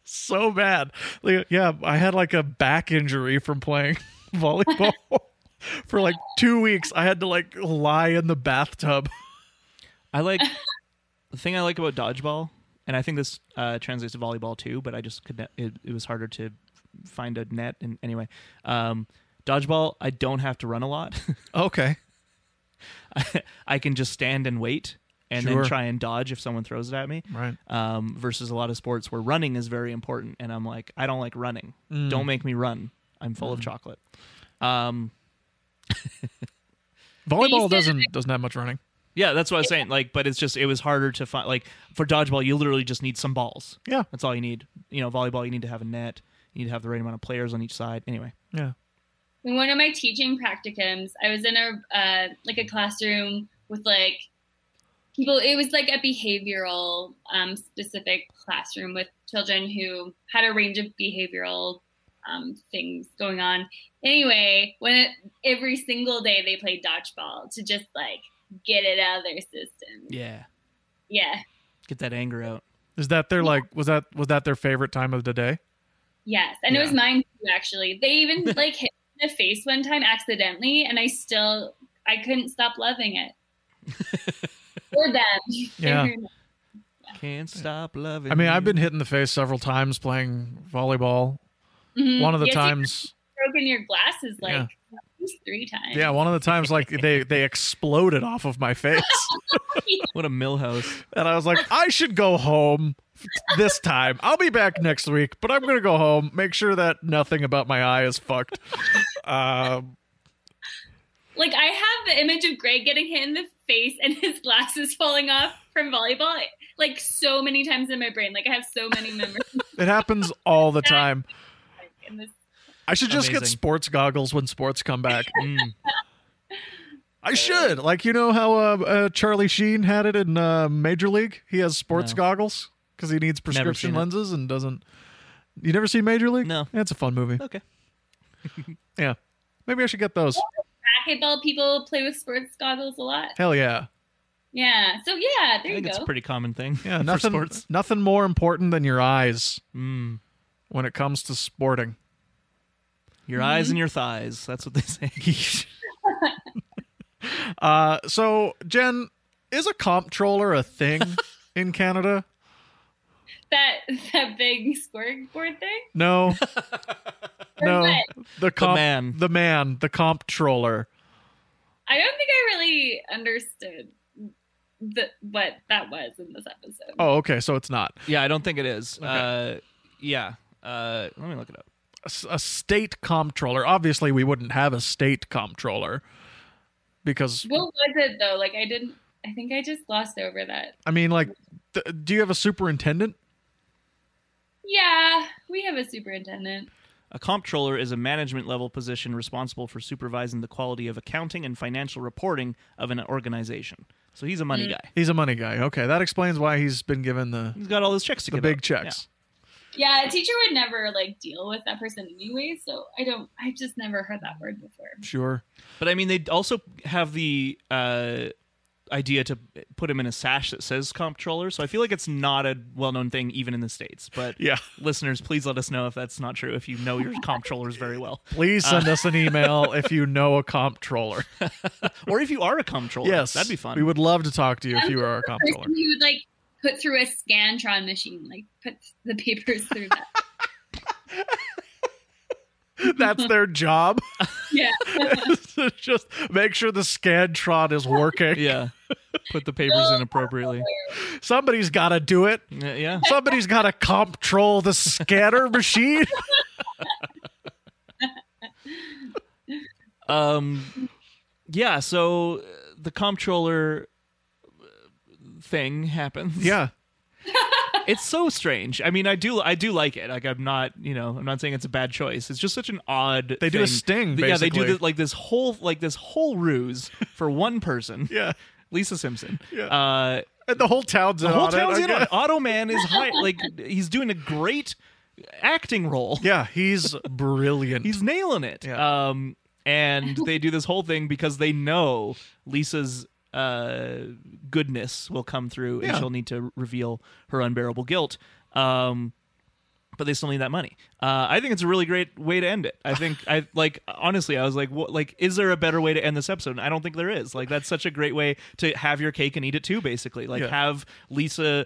Speaker 2: so bad. Like, Yeah, I had like a back injury from playing <laughs> volleyball. For like two weeks, I had to like lie in the bathtub.
Speaker 1: I like the thing I like about dodgeball, and I think this uh, translates to volleyball too. But I just could. ne- It, it was harder to find a net. And anyway, um, dodgeball, I don't have to run a lot. <laughs>
Speaker 2: <laughs> Okay.
Speaker 1: I can just stand and wait, and
Speaker 2: Sure.
Speaker 1: then try and dodge if someone throws it at me.
Speaker 2: Right.
Speaker 1: Um, versus a lot of sports where running is very important, and I'm like, I don't like running. Don't make me run. I'm full of chocolate. Um,
Speaker 2: Volleyball
Speaker 3: But you said-
Speaker 2: doesn't doesn't have much running.
Speaker 1: yeah, that's what I was saying. Like, but it's just it was harder to find. Like for dodgeball, you literally just need some balls.
Speaker 2: Yeah.
Speaker 1: That's all you need. You know, volleyball, you need to have a net. You need to have the right amount of players on each side. Anyway,
Speaker 2: Yeah.
Speaker 3: in one of my teaching practicums i was in a uh, like a classroom with like people it was like a behavioral um, specific classroom with children who had a range of behavioral um, things going on anyway when it, every single day they played dodgeball to just like get it out of their system
Speaker 1: yeah,
Speaker 3: yeah
Speaker 1: get that anger out.
Speaker 2: Is that their like was that was that their favorite time of the day?
Speaker 3: Yes, and it was
Speaker 1: Yeah.
Speaker 3: mine too. Actually, they
Speaker 2: <laughs>
Speaker 3: even like hit me in the face one time accidentally, and I still I couldn't stop
Speaker 2: <laughs>
Speaker 3: loving it. or them.
Speaker 2: Yeah.
Speaker 1: Can't stop loving.
Speaker 2: I mean,
Speaker 1: you.
Speaker 2: I've been hit in the face several times playing volleyball.
Speaker 3: Mhm.
Speaker 2: One of the
Speaker 3: Yes,
Speaker 2: times,
Speaker 3: you've broken your glasses like
Speaker 2: Yeah.
Speaker 3: at least three times.
Speaker 2: yeah, one of the times like they they exploded off of my face,
Speaker 1: What a
Speaker 2: <laughs>
Speaker 1: millhouse.
Speaker 2: and I was like, I should go home this time. I'll be back next week, but I'm gonna go home, make sure that nothing about my eye is fucked. Um,
Speaker 3: Like I have the image of Greg getting hit in the face and <laughs> his glasses falling off from volleyball, like so many times in my brain. Like I have so many memories
Speaker 2: it happens all the time.
Speaker 3: like, in this.
Speaker 2: I should just get
Speaker 1: Amazing.
Speaker 2: sports goggles when sports come back.
Speaker 1: Mm.
Speaker 2: I should. Like you know how uh, uh, Charlie Sheen had it in uh, Major League. He has sports
Speaker 1: No.
Speaker 2: goggles because he needs prescription
Speaker 1: seen it.
Speaker 2: lenses and doesn't. You never seen Major League?
Speaker 1: No.
Speaker 2: Yeah, it's a
Speaker 1: <laughs>
Speaker 2: fun movie.
Speaker 1: Okay.
Speaker 2: Yeah, maybe I should get those.
Speaker 3: Racquetball people play with sports goggles a lot.
Speaker 2: Hell yeah,
Speaker 3: Yeah. So yeah,
Speaker 1: I
Speaker 3: there you
Speaker 1: think
Speaker 3: go.
Speaker 1: it's a pretty common thing.
Speaker 2: yeah.
Speaker 1: for
Speaker 2: Nothing,
Speaker 1: sports.
Speaker 2: nothing more important than your eyes.
Speaker 1: Mm.
Speaker 2: when it comes to sporting.
Speaker 1: Your eyes and your thighs. That's what they say. <laughs>
Speaker 2: Uh, so, Jen, is a comptroller
Speaker 1: <laughs>
Speaker 2: a thing in Canada?
Speaker 3: That <laughs> that big squirt board thing.
Speaker 2: No,
Speaker 3: Or
Speaker 2: no.
Speaker 3: what?
Speaker 2: The, comp-
Speaker 1: man.
Speaker 2: the man, the comptroller.
Speaker 3: I don't think I really understood the, what that was in this episode.
Speaker 2: Oh, okay. So it's not
Speaker 1: yeah, I don't think it is. Uh, yeah. Uh, let me look it up.
Speaker 2: a, s- a state comptroller. Obviously, we wouldn't have a state comptroller because
Speaker 3: What was it though? Like I didn't. I think I just glossed over that.
Speaker 2: I mean, like, th- do you have a superintendent?
Speaker 3: Yeah, we have a superintendent.
Speaker 1: A comptroller is a management level position responsible for supervising the quality of accounting and financial reporting of an organization. So he's a money guy.
Speaker 2: He's a money guy. Okay, that explains why he's been given the
Speaker 1: He's got all his checks to
Speaker 2: the
Speaker 1: get
Speaker 2: big
Speaker 1: out.
Speaker 2: checks.
Speaker 3: Yeah, a teacher would never like deal with that person anyway. So I don't. I've just never heard that word before.
Speaker 2: Sure.
Speaker 1: Yeah. But I mean, they also have the uh, idea to put him in a sash that says comptroller. So I feel like it's not a well known thing even in the States. But
Speaker 2: Yeah.
Speaker 1: listeners, please let us know if that's not true, if you know your comptrollers very well.
Speaker 2: Please
Speaker 1: Uh,
Speaker 2: send us
Speaker 1: <laughs>
Speaker 2: an email if you know a comptroller.
Speaker 1: Or if you are a comptroller.
Speaker 2: yes,
Speaker 1: That'd be fun.
Speaker 2: We would love to talk to you if
Speaker 3: I'm
Speaker 2: you were a
Speaker 3: the
Speaker 1: <laughs>
Speaker 2: comptroller.
Speaker 3: Person who would like put through a scantron machine, like put the papers through that. <laughs>
Speaker 2: That's their job. <laughs>
Speaker 3: yeah.
Speaker 2: is to just make sure the scantron is
Speaker 1: <laughs>
Speaker 2: working. <laughs>
Speaker 1: yeah. Put the papers in appropriately.
Speaker 2: Somebody's got to do it.
Speaker 1: Yeah, yeah.
Speaker 2: Somebody's got to control the
Speaker 1: <laughs>
Speaker 2: scanner machine.
Speaker 1: Um, yeah, so uh, the comptroller uh, thing happens.
Speaker 2: Yeah.
Speaker 1: <laughs> It's so strange. I mean, I do I do like it. Like I'm not, you know, I'm not saying it's a bad choice. It's just such an odd
Speaker 2: They do a
Speaker 1: thing.
Speaker 2: sting,
Speaker 1: Yeah, they do
Speaker 2: basically.
Speaker 1: this, like this whole like this whole ruse for one person,
Speaker 2: <laughs> Yeah.
Speaker 1: Lisa Simpson.
Speaker 2: Yeah.
Speaker 1: Uh
Speaker 2: And the whole town's in
Speaker 1: the whole
Speaker 2: on it,
Speaker 1: town's
Speaker 2: I
Speaker 1: in on
Speaker 2: guess.
Speaker 1: it. Oh. Auto Man is high, like he's doing a great acting role.
Speaker 2: Yeah, he's brilliant.
Speaker 1: He's nailing it.
Speaker 2: Yeah.
Speaker 1: Um, and they do this whole thing because they know Lisa's uh, goodness will come through, and
Speaker 2: Yeah.
Speaker 1: she'll need to reveal her unbearable guilt. Um, but they still need that money. Uh, I think it's a really great way to end it. I think I like honestly. I was like, what, like, is there a better way to end this episode? And I don't think there is. Like, that's such a great way to have your cake and eat it too. Basically, like,
Speaker 2: Yeah.
Speaker 1: have Lisa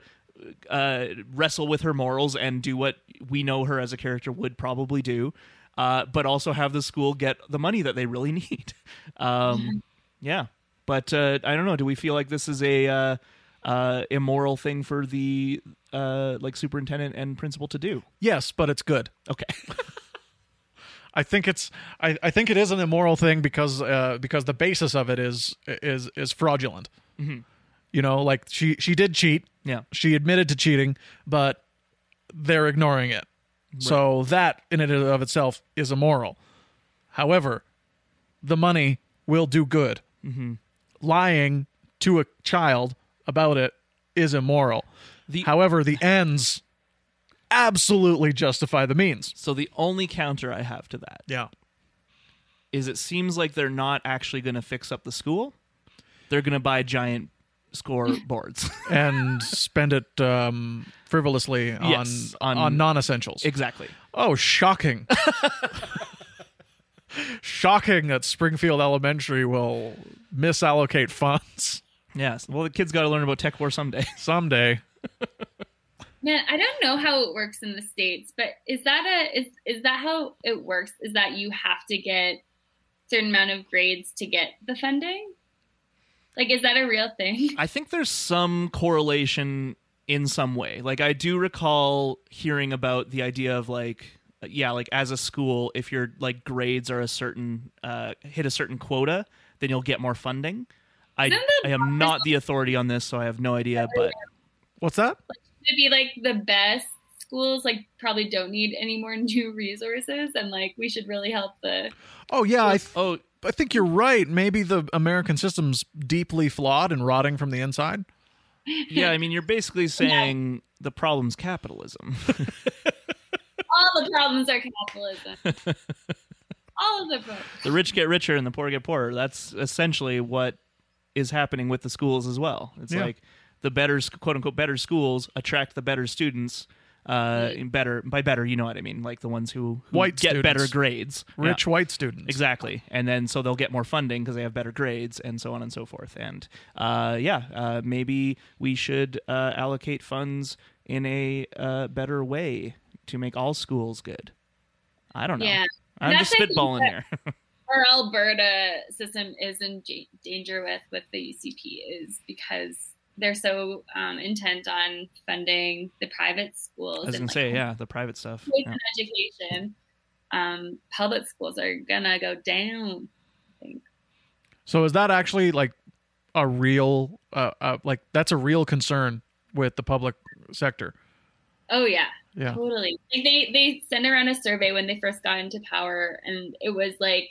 Speaker 1: uh, wrestle with her morals and do what we know her as a character would probably do, uh, but also have the school get the money that they really <laughs> need. Um, yeah, but uh, I don't know. Do we feel like this is a uh, uh, immoral thing for the uh, like superintendent and principal to do?
Speaker 2: yes, but it's good.
Speaker 1: Okay.
Speaker 2: I think it's I, I think it is an immoral thing because uh, because the basis of it is is is fraudulent.
Speaker 1: Mm-hmm.
Speaker 2: You know, like she she did cheat.
Speaker 1: <laughs> Yeah.
Speaker 2: She admitted to cheating, but they're ignoring it. So that in and of itself is immoral. However, the money will do good.
Speaker 1: Mm-hmm.
Speaker 2: Lying to a child about it is immoral.
Speaker 1: The-
Speaker 2: <laughs> However, the ends absolutely justify the means.
Speaker 1: So the only counter I have to that
Speaker 2: Yeah.
Speaker 1: is it seems like they're not actually going to fix up the school. They're going to buy giant <laughs> scoreboards.
Speaker 2: and spend it um, frivolously on
Speaker 1: Yes,
Speaker 2: on,
Speaker 1: on-
Speaker 2: non-essentials.
Speaker 1: exactly.
Speaker 2: oh, <laughs> shocking! shocking that Springfield Elementary will misallocate funds
Speaker 1: Yes. Well, the kids got to learn about tech war someday. <laughs>
Speaker 2: someday.
Speaker 3: Man, I don't know how it works in the states, but is that a is is that how it works? Is that you have to get certain amount of grades to get the funding? Like, is that a real thing? <laughs>
Speaker 1: I think there's some correlation in some way. Like I do recall hearing about the idea of like yeah, like as a school, if your like grades are a certain uh, hit a certain quota, then you'll get more funding. I,
Speaker 3: Isn't that-
Speaker 1: I am not the authority on this, so I have no idea. But
Speaker 2: What's that?
Speaker 3: It'd be like the best schools like probably don't need any more <laughs> new resources, and like we should really help the
Speaker 2: Oh yeah, I, th-
Speaker 1: oh,
Speaker 2: I think you're right. Maybe the American system's deeply flawed and rotting from the inside.
Speaker 1: yeah. I mean, you're basically saying the problem's capitalism. <laughs>
Speaker 3: all the problems are capitalism.
Speaker 1: <laughs>
Speaker 3: all of the problems.
Speaker 1: the rich get richer and the poor get poorer. That's essentially what is happening with the schools as well. It's
Speaker 2: Yeah.
Speaker 1: like the better, quote unquote, better schools attract the better students, uh, better by better you know what I mean, like the ones who, who
Speaker 2: White
Speaker 1: get better
Speaker 2: students.
Speaker 1: grades, Yeah.
Speaker 2: Rich white students.
Speaker 1: Exactly, and then so they'll get more funding because they have better grades, and so on and so forth. And uh, yeah, uh, maybe we should uh, allocate funds in a uh, better way to make all schools good. I don't know.
Speaker 3: Yeah.
Speaker 1: I'm
Speaker 3: That's
Speaker 1: just
Speaker 3: actually
Speaker 1: spitballing
Speaker 3: what-
Speaker 1: here.
Speaker 3: our Alberta system is in ja- danger with with the UCP is because they're so um, intent on funding the private schools.
Speaker 1: <laughs> I was
Speaker 3: and,
Speaker 1: gonna say,
Speaker 3: like,
Speaker 1: yeah, the private stuff.
Speaker 3: Private
Speaker 1: Yeah.
Speaker 3: education. Um, public schools are gonna go down.
Speaker 2: So is that actually like a real uh, uh like that's a real concern with the public sector?
Speaker 3: Oh yeah,
Speaker 2: Yeah.
Speaker 3: totally. Like they they sent around a survey when they first got into power, and it was like,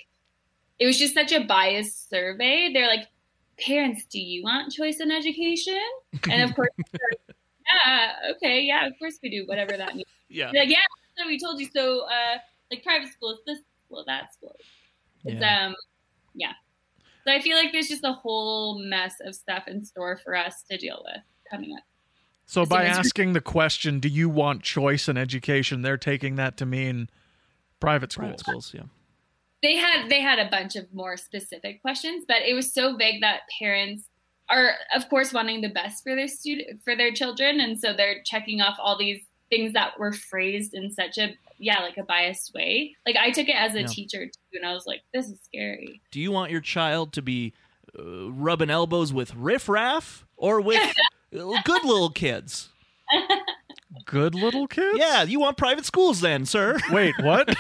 Speaker 3: it was just such a biased survey. They're like, parents, do you want choice in education? And
Speaker 1: <laughs>
Speaker 3: of course, they're like, yeah, okay, yeah, of course we do. Whatever that means.
Speaker 1: Yeah.
Speaker 3: They're like, yeah, so we told you so. Uh, like private school is this school, that school. It's um, yeah. So I feel like there's just a whole mess of stuff in store for us to deal with coming up.
Speaker 2: So
Speaker 3: Is it
Speaker 2: by
Speaker 3: as-
Speaker 2: asking the question, do you want choice in education? They're taking that to mean private schools.
Speaker 1: Private schools, yeah.
Speaker 3: they had they had a bunch of more specific questions but it was so vague that parents are of course wanting the best for their student for their children and so they're checking off all these things that were phrased in such a yeah like a biased way like i took it as a
Speaker 1: Yeah.
Speaker 3: teacher too and i was like this is scary <laughs>
Speaker 1: Do you want your child to be uh, rubbing elbows with riffraff or with
Speaker 3: <laughs>
Speaker 1: uh, good little kids?
Speaker 2: Good little kids.
Speaker 1: Yeah, you want private schools then, sir.
Speaker 2: Wait,
Speaker 1: <laughs>
Speaker 2: what?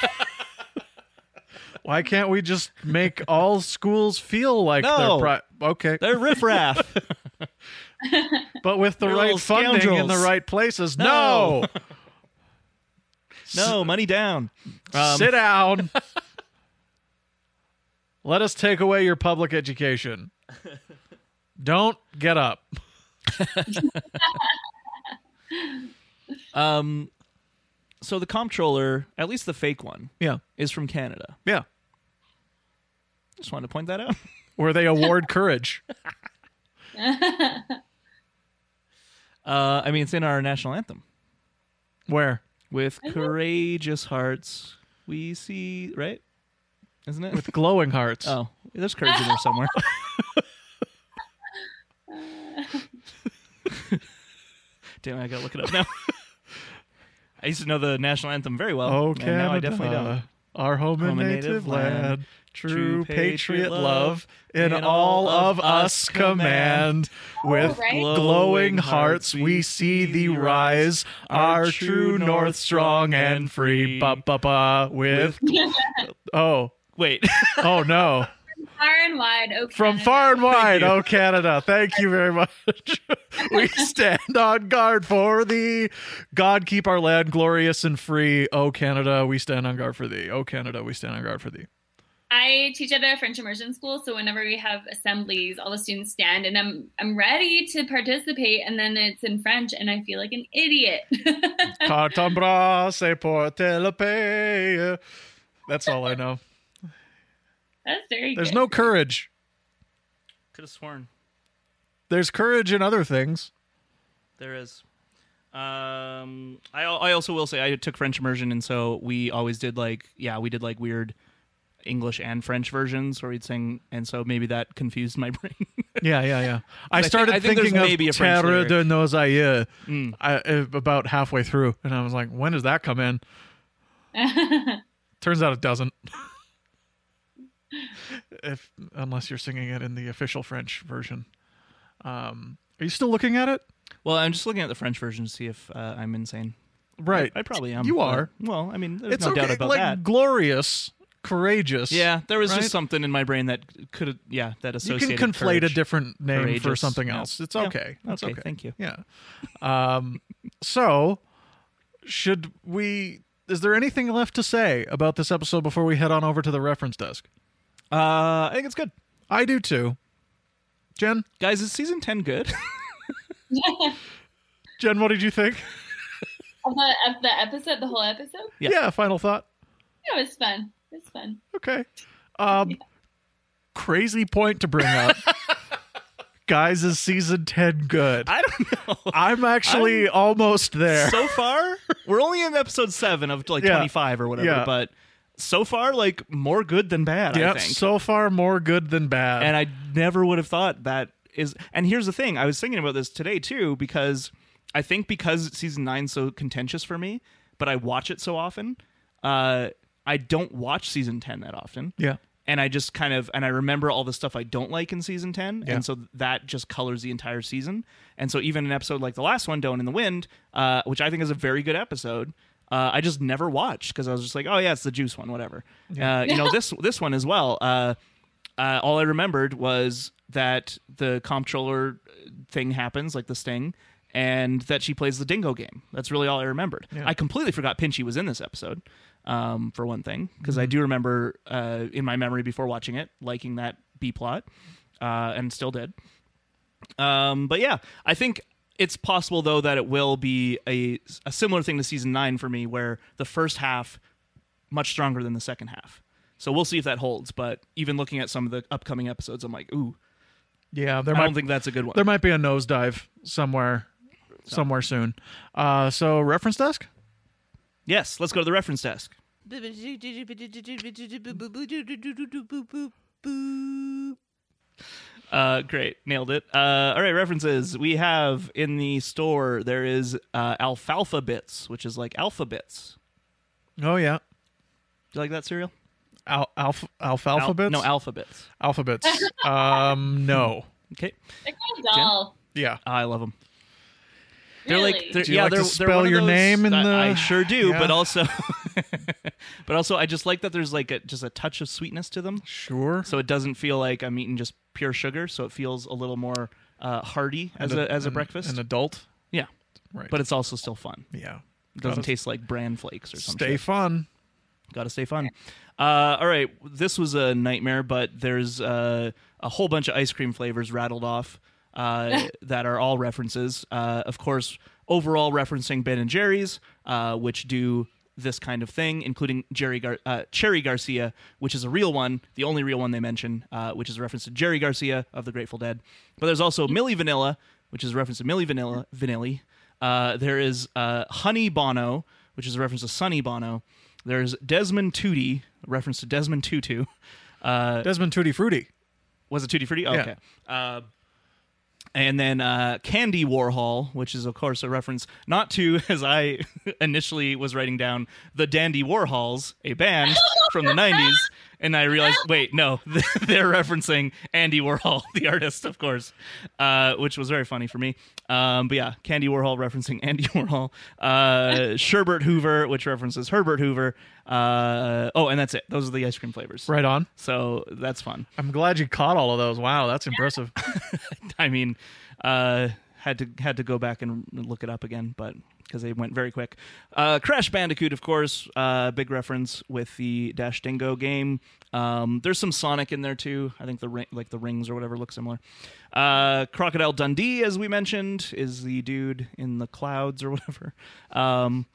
Speaker 2: Why can't we just make all schools feel like
Speaker 1: No.
Speaker 2: they're pri- okay,
Speaker 1: They're riffraff.
Speaker 2: but with the
Speaker 1: they're little
Speaker 2: right funding in the
Speaker 1: scoundrels.
Speaker 2: right places?
Speaker 1: No. <laughs>
Speaker 2: No,
Speaker 1: no, money down. Um,
Speaker 2: sit <laughs> down. Let us take away your public education. Don't get up.
Speaker 1: Um, so the comptroller, at least the fake one,
Speaker 2: <laughs> Yeah,
Speaker 1: is from Canada.
Speaker 2: yeah.
Speaker 1: Just wanted to point that out.
Speaker 2: Where they award courage.
Speaker 1: <laughs> Uh, I mean, it's in our national anthem.
Speaker 2: Where
Speaker 1: With courageous hearts, we see right, isn't it?
Speaker 2: with glowing
Speaker 1: <laughs>
Speaker 2: hearts.
Speaker 1: oh, there's courage in there somewhere. <laughs> Damn, I gotta look it up now. <laughs> I used to know the national anthem very well.
Speaker 2: Oh,
Speaker 1: and
Speaker 2: Canada,
Speaker 1: now I definitely don't.
Speaker 2: Our home, and native, land, true patriot love, in all of us command. With
Speaker 3: Alright.
Speaker 2: glowing hearts, we see thee rise, our true north strong and free. Ba ba ba. With <laughs> oh
Speaker 1: Wait,
Speaker 2: <laughs> oh no,
Speaker 3: far and wide okay
Speaker 2: from far and wide,
Speaker 1: you.
Speaker 2: oh Canada, thank you very much. <laughs> we stand on guard for thee. God keep our land glorious and free. Oh Canada, we stand on guard for thee. Oh Canada, we stand on guard for thee.
Speaker 3: I teach at a French immersion school, so whenever we have assemblies, all the students stand, and I'm I'm ready to participate, and then it's in French, and I feel like an idiot. <laughs>
Speaker 2: Carte en bras, c'est pour te la paix. That's all I know.
Speaker 3: That's very
Speaker 2: There's
Speaker 3: good.
Speaker 2: no courage.
Speaker 1: could have sworn
Speaker 2: There's courage in other things.
Speaker 1: there is. Um, I I also will say I took French immersion, and so we always did like yeah we did like weird English and French versions where we'd sing, and so maybe that confused my <laughs> brain.
Speaker 2: Yeah, yeah, yeah. I
Speaker 1: think-
Speaker 2: started
Speaker 1: I think there's
Speaker 2: thinking of
Speaker 1: maybe a French
Speaker 2: Terre
Speaker 1: lyric. Mm.
Speaker 2: de nos aïeux I- uh, about halfway through, and I was like, when does that
Speaker 1: <laughs>
Speaker 2: come in? Turns out it doesn't. <laughs> if unless you're singing it in the official French version. Um, are you still looking at it?
Speaker 1: well, I'm just looking at the French version to see if uh, I'm insane.
Speaker 2: Right.
Speaker 1: I probably am.
Speaker 2: You
Speaker 1: but-
Speaker 2: are.
Speaker 1: well, I mean, there's
Speaker 2: it's
Speaker 1: no
Speaker 2: okay.
Speaker 1: doubt about
Speaker 2: like
Speaker 1: that.
Speaker 2: glorious, courageous.
Speaker 1: Yeah, there was
Speaker 2: right?
Speaker 1: just something in my brain that could, yeah, that
Speaker 2: you
Speaker 1: associated.
Speaker 2: can conflate
Speaker 1: courage.
Speaker 2: a different name for
Speaker 1: Courageous.
Speaker 2: something
Speaker 1: Yeah.
Speaker 2: else. It's
Speaker 1: Yeah.
Speaker 2: okay. It's
Speaker 1: Okay,
Speaker 2: okay.
Speaker 1: thank you.
Speaker 2: Yeah. Um, so, should we? Is there anything left to say about this episode before we head on over to the reference desk?
Speaker 1: Uh, I think it's good,
Speaker 2: I do too. Jen,
Speaker 1: guys. Is season ten
Speaker 2: <laughs>
Speaker 1: good?
Speaker 2: Jen, what did you think?
Speaker 3: of the of the episode, the whole episode.
Speaker 1: Yeah.
Speaker 2: final thought.
Speaker 3: Yeah, it was fun. It was fun.
Speaker 1: <laughs>
Speaker 2: Okay. Um, Crazy point to bring up. Guys, is season 10 good?
Speaker 1: I don't know.
Speaker 2: I'm actually almost there.
Speaker 1: so far, we're only in episode seven of like
Speaker 2: Yeah.
Speaker 1: 25 or whatever,
Speaker 2: Yeah.
Speaker 1: but so far, like more good than bad,
Speaker 2: Yep,
Speaker 1: I think.
Speaker 2: so far more good than bad.
Speaker 1: and I never would have thought that is. And here's the thing I was thinking about this today too, because I think because season nine's so contentious for me, but I watch it so often, uh, I don't watch season 10 that often.
Speaker 2: yeah.
Speaker 1: and I just kind of and I remember all the stuff I don't like in season 10
Speaker 2: Yeah.
Speaker 1: and so that just colors the entire season and so even an episode like the last one Don't in the Wind uh, which I think is a very good episode uh, I just never watched because I was just like oh yeah it's the juice one whatever uh, you know this this one as well uh, uh, all I remembered was that the comptroller thing happens like the sting and that she plays the dingo game that's really all I remembered I completely forgot Pinchy was in this episode um, for one thing, because I do remember uh, in my memory before watching it liking that B plot, uh, and still did. Um, but yeah, I think it's possible though that it will be a a similar thing to season nine for me, where the first half much stronger than the second half. So we'll see if that holds. But even looking at some of the upcoming episodes, I'm like, ooh,
Speaker 2: Yeah, there
Speaker 1: I
Speaker 2: might
Speaker 1: don't think that's a good one.
Speaker 2: there might be a nosedive somewhere somewhere soon. Uh so reference desk?
Speaker 1: Yes, let's go to the reference desk. Uh, great, nailed it. Uh, all right, references. We have in the store there is uh, alfalfa bits, which is like alpha bits.
Speaker 2: Oh yeah.
Speaker 1: Do you like that cereal?
Speaker 2: Al- alpha
Speaker 1: Al-
Speaker 2: alphabets?
Speaker 1: no, alphabets.
Speaker 2: alphabets.
Speaker 1: <laughs>
Speaker 2: um no.
Speaker 1: Okay,
Speaker 3: They're kind of dull.
Speaker 2: Yeah.
Speaker 1: I love them. They're
Speaker 3: Really.
Speaker 1: like, they're,
Speaker 2: Do you
Speaker 1: yeah,
Speaker 2: like to
Speaker 1: they're, they're
Speaker 2: spell
Speaker 1: one of
Speaker 2: your
Speaker 1: those-
Speaker 2: name in
Speaker 1: I-
Speaker 2: the-
Speaker 1: I sure do,
Speaker 2: Yeah.
Speaker 1: but also, <laughs> but also, I just like that there's like a, just a touch of sweetness to them,
Speaker 2: Sure.
Speaker 1: so it doesn't feel like I'm eating just pure sugar. So it feels a little more uh, hearty as
Speaker 2: And
Speaker 1: a, as a
Speaker 2: and-
Speaker 1: breakfast.
Speaker 2: An adult.
Speaker 1: yeah,
Speaker 2: Right.
Speaker 1: but it's also still fun.
Speaker 2: yeah.
Speaker 1: It doesn't
Speaker 2: Gotta
Speaker 1: taste like bran flakes or something.
Speaker 2: Stay fun.
Speaker 1: Gotta stay fun. Uh, all right, this was a nightmare, but there's uh, a whole bunch of ice cream flavors rattled off uh, that are all references. Uh, of course, overall referencing Ben and Jerry's, uh, which do this kind of thing, including Jerry Gar- uh, Cherry Garcia, which is a real one, the only real one they mention, uh, which is a reference to Jerry Garcia of the Grateful Dead. But there's also Millie Vanilla, which is a reference to Millie Vanilla Vanilli. Uh, there is uh, Honey Bono, which is a reference to Sonny Bono. There's Desmond Tutti, a reference to Desmond Tutu. <laughs> Uh,
Speaker 2: Desmond Tutti Frutti.
Speaker 1: was it Tutti Frutti? Oh,
Speaker 2: Yeah.
Speaker 1: Okay. Uh, and then uh, Candy Warhol, which is of course a reference not to, <laughs> as I initially was writing down, the Dandy Warhols, a band from the '90s, and I realized, wait, no, <laughs> they're referencing Andy Warhol, <laughs> the artist, of course, uh, which was very funny for me. Um, but yeah, Candy Warhol referencing <laughs> Andy Warhol, uh, Sherbert Hoover, which references Herbert Hoover. Uh, oh, and that's it. Those are the ice cream flavors.
Speaker 2: Right on.
Speaker 1: So that's fun.
Speaker 2: I'm glad you caught all of those. Wow,
Speaker 1: <laughs>
Speaker 2: that's impressive.
Speaker 1: I mean, uh, had to had to go back and look it up again, but because they went very quick. Uh, Crash Bandicoot, of course, uh, big reference with the Dash Dingo game. Um, there's some Sonic in there too. I think the ring, like the rings or whatever, look similar. Uh, Crocodile Dundee, as we mentioned, is the dude in the clouds or <laughs> whatever. Um,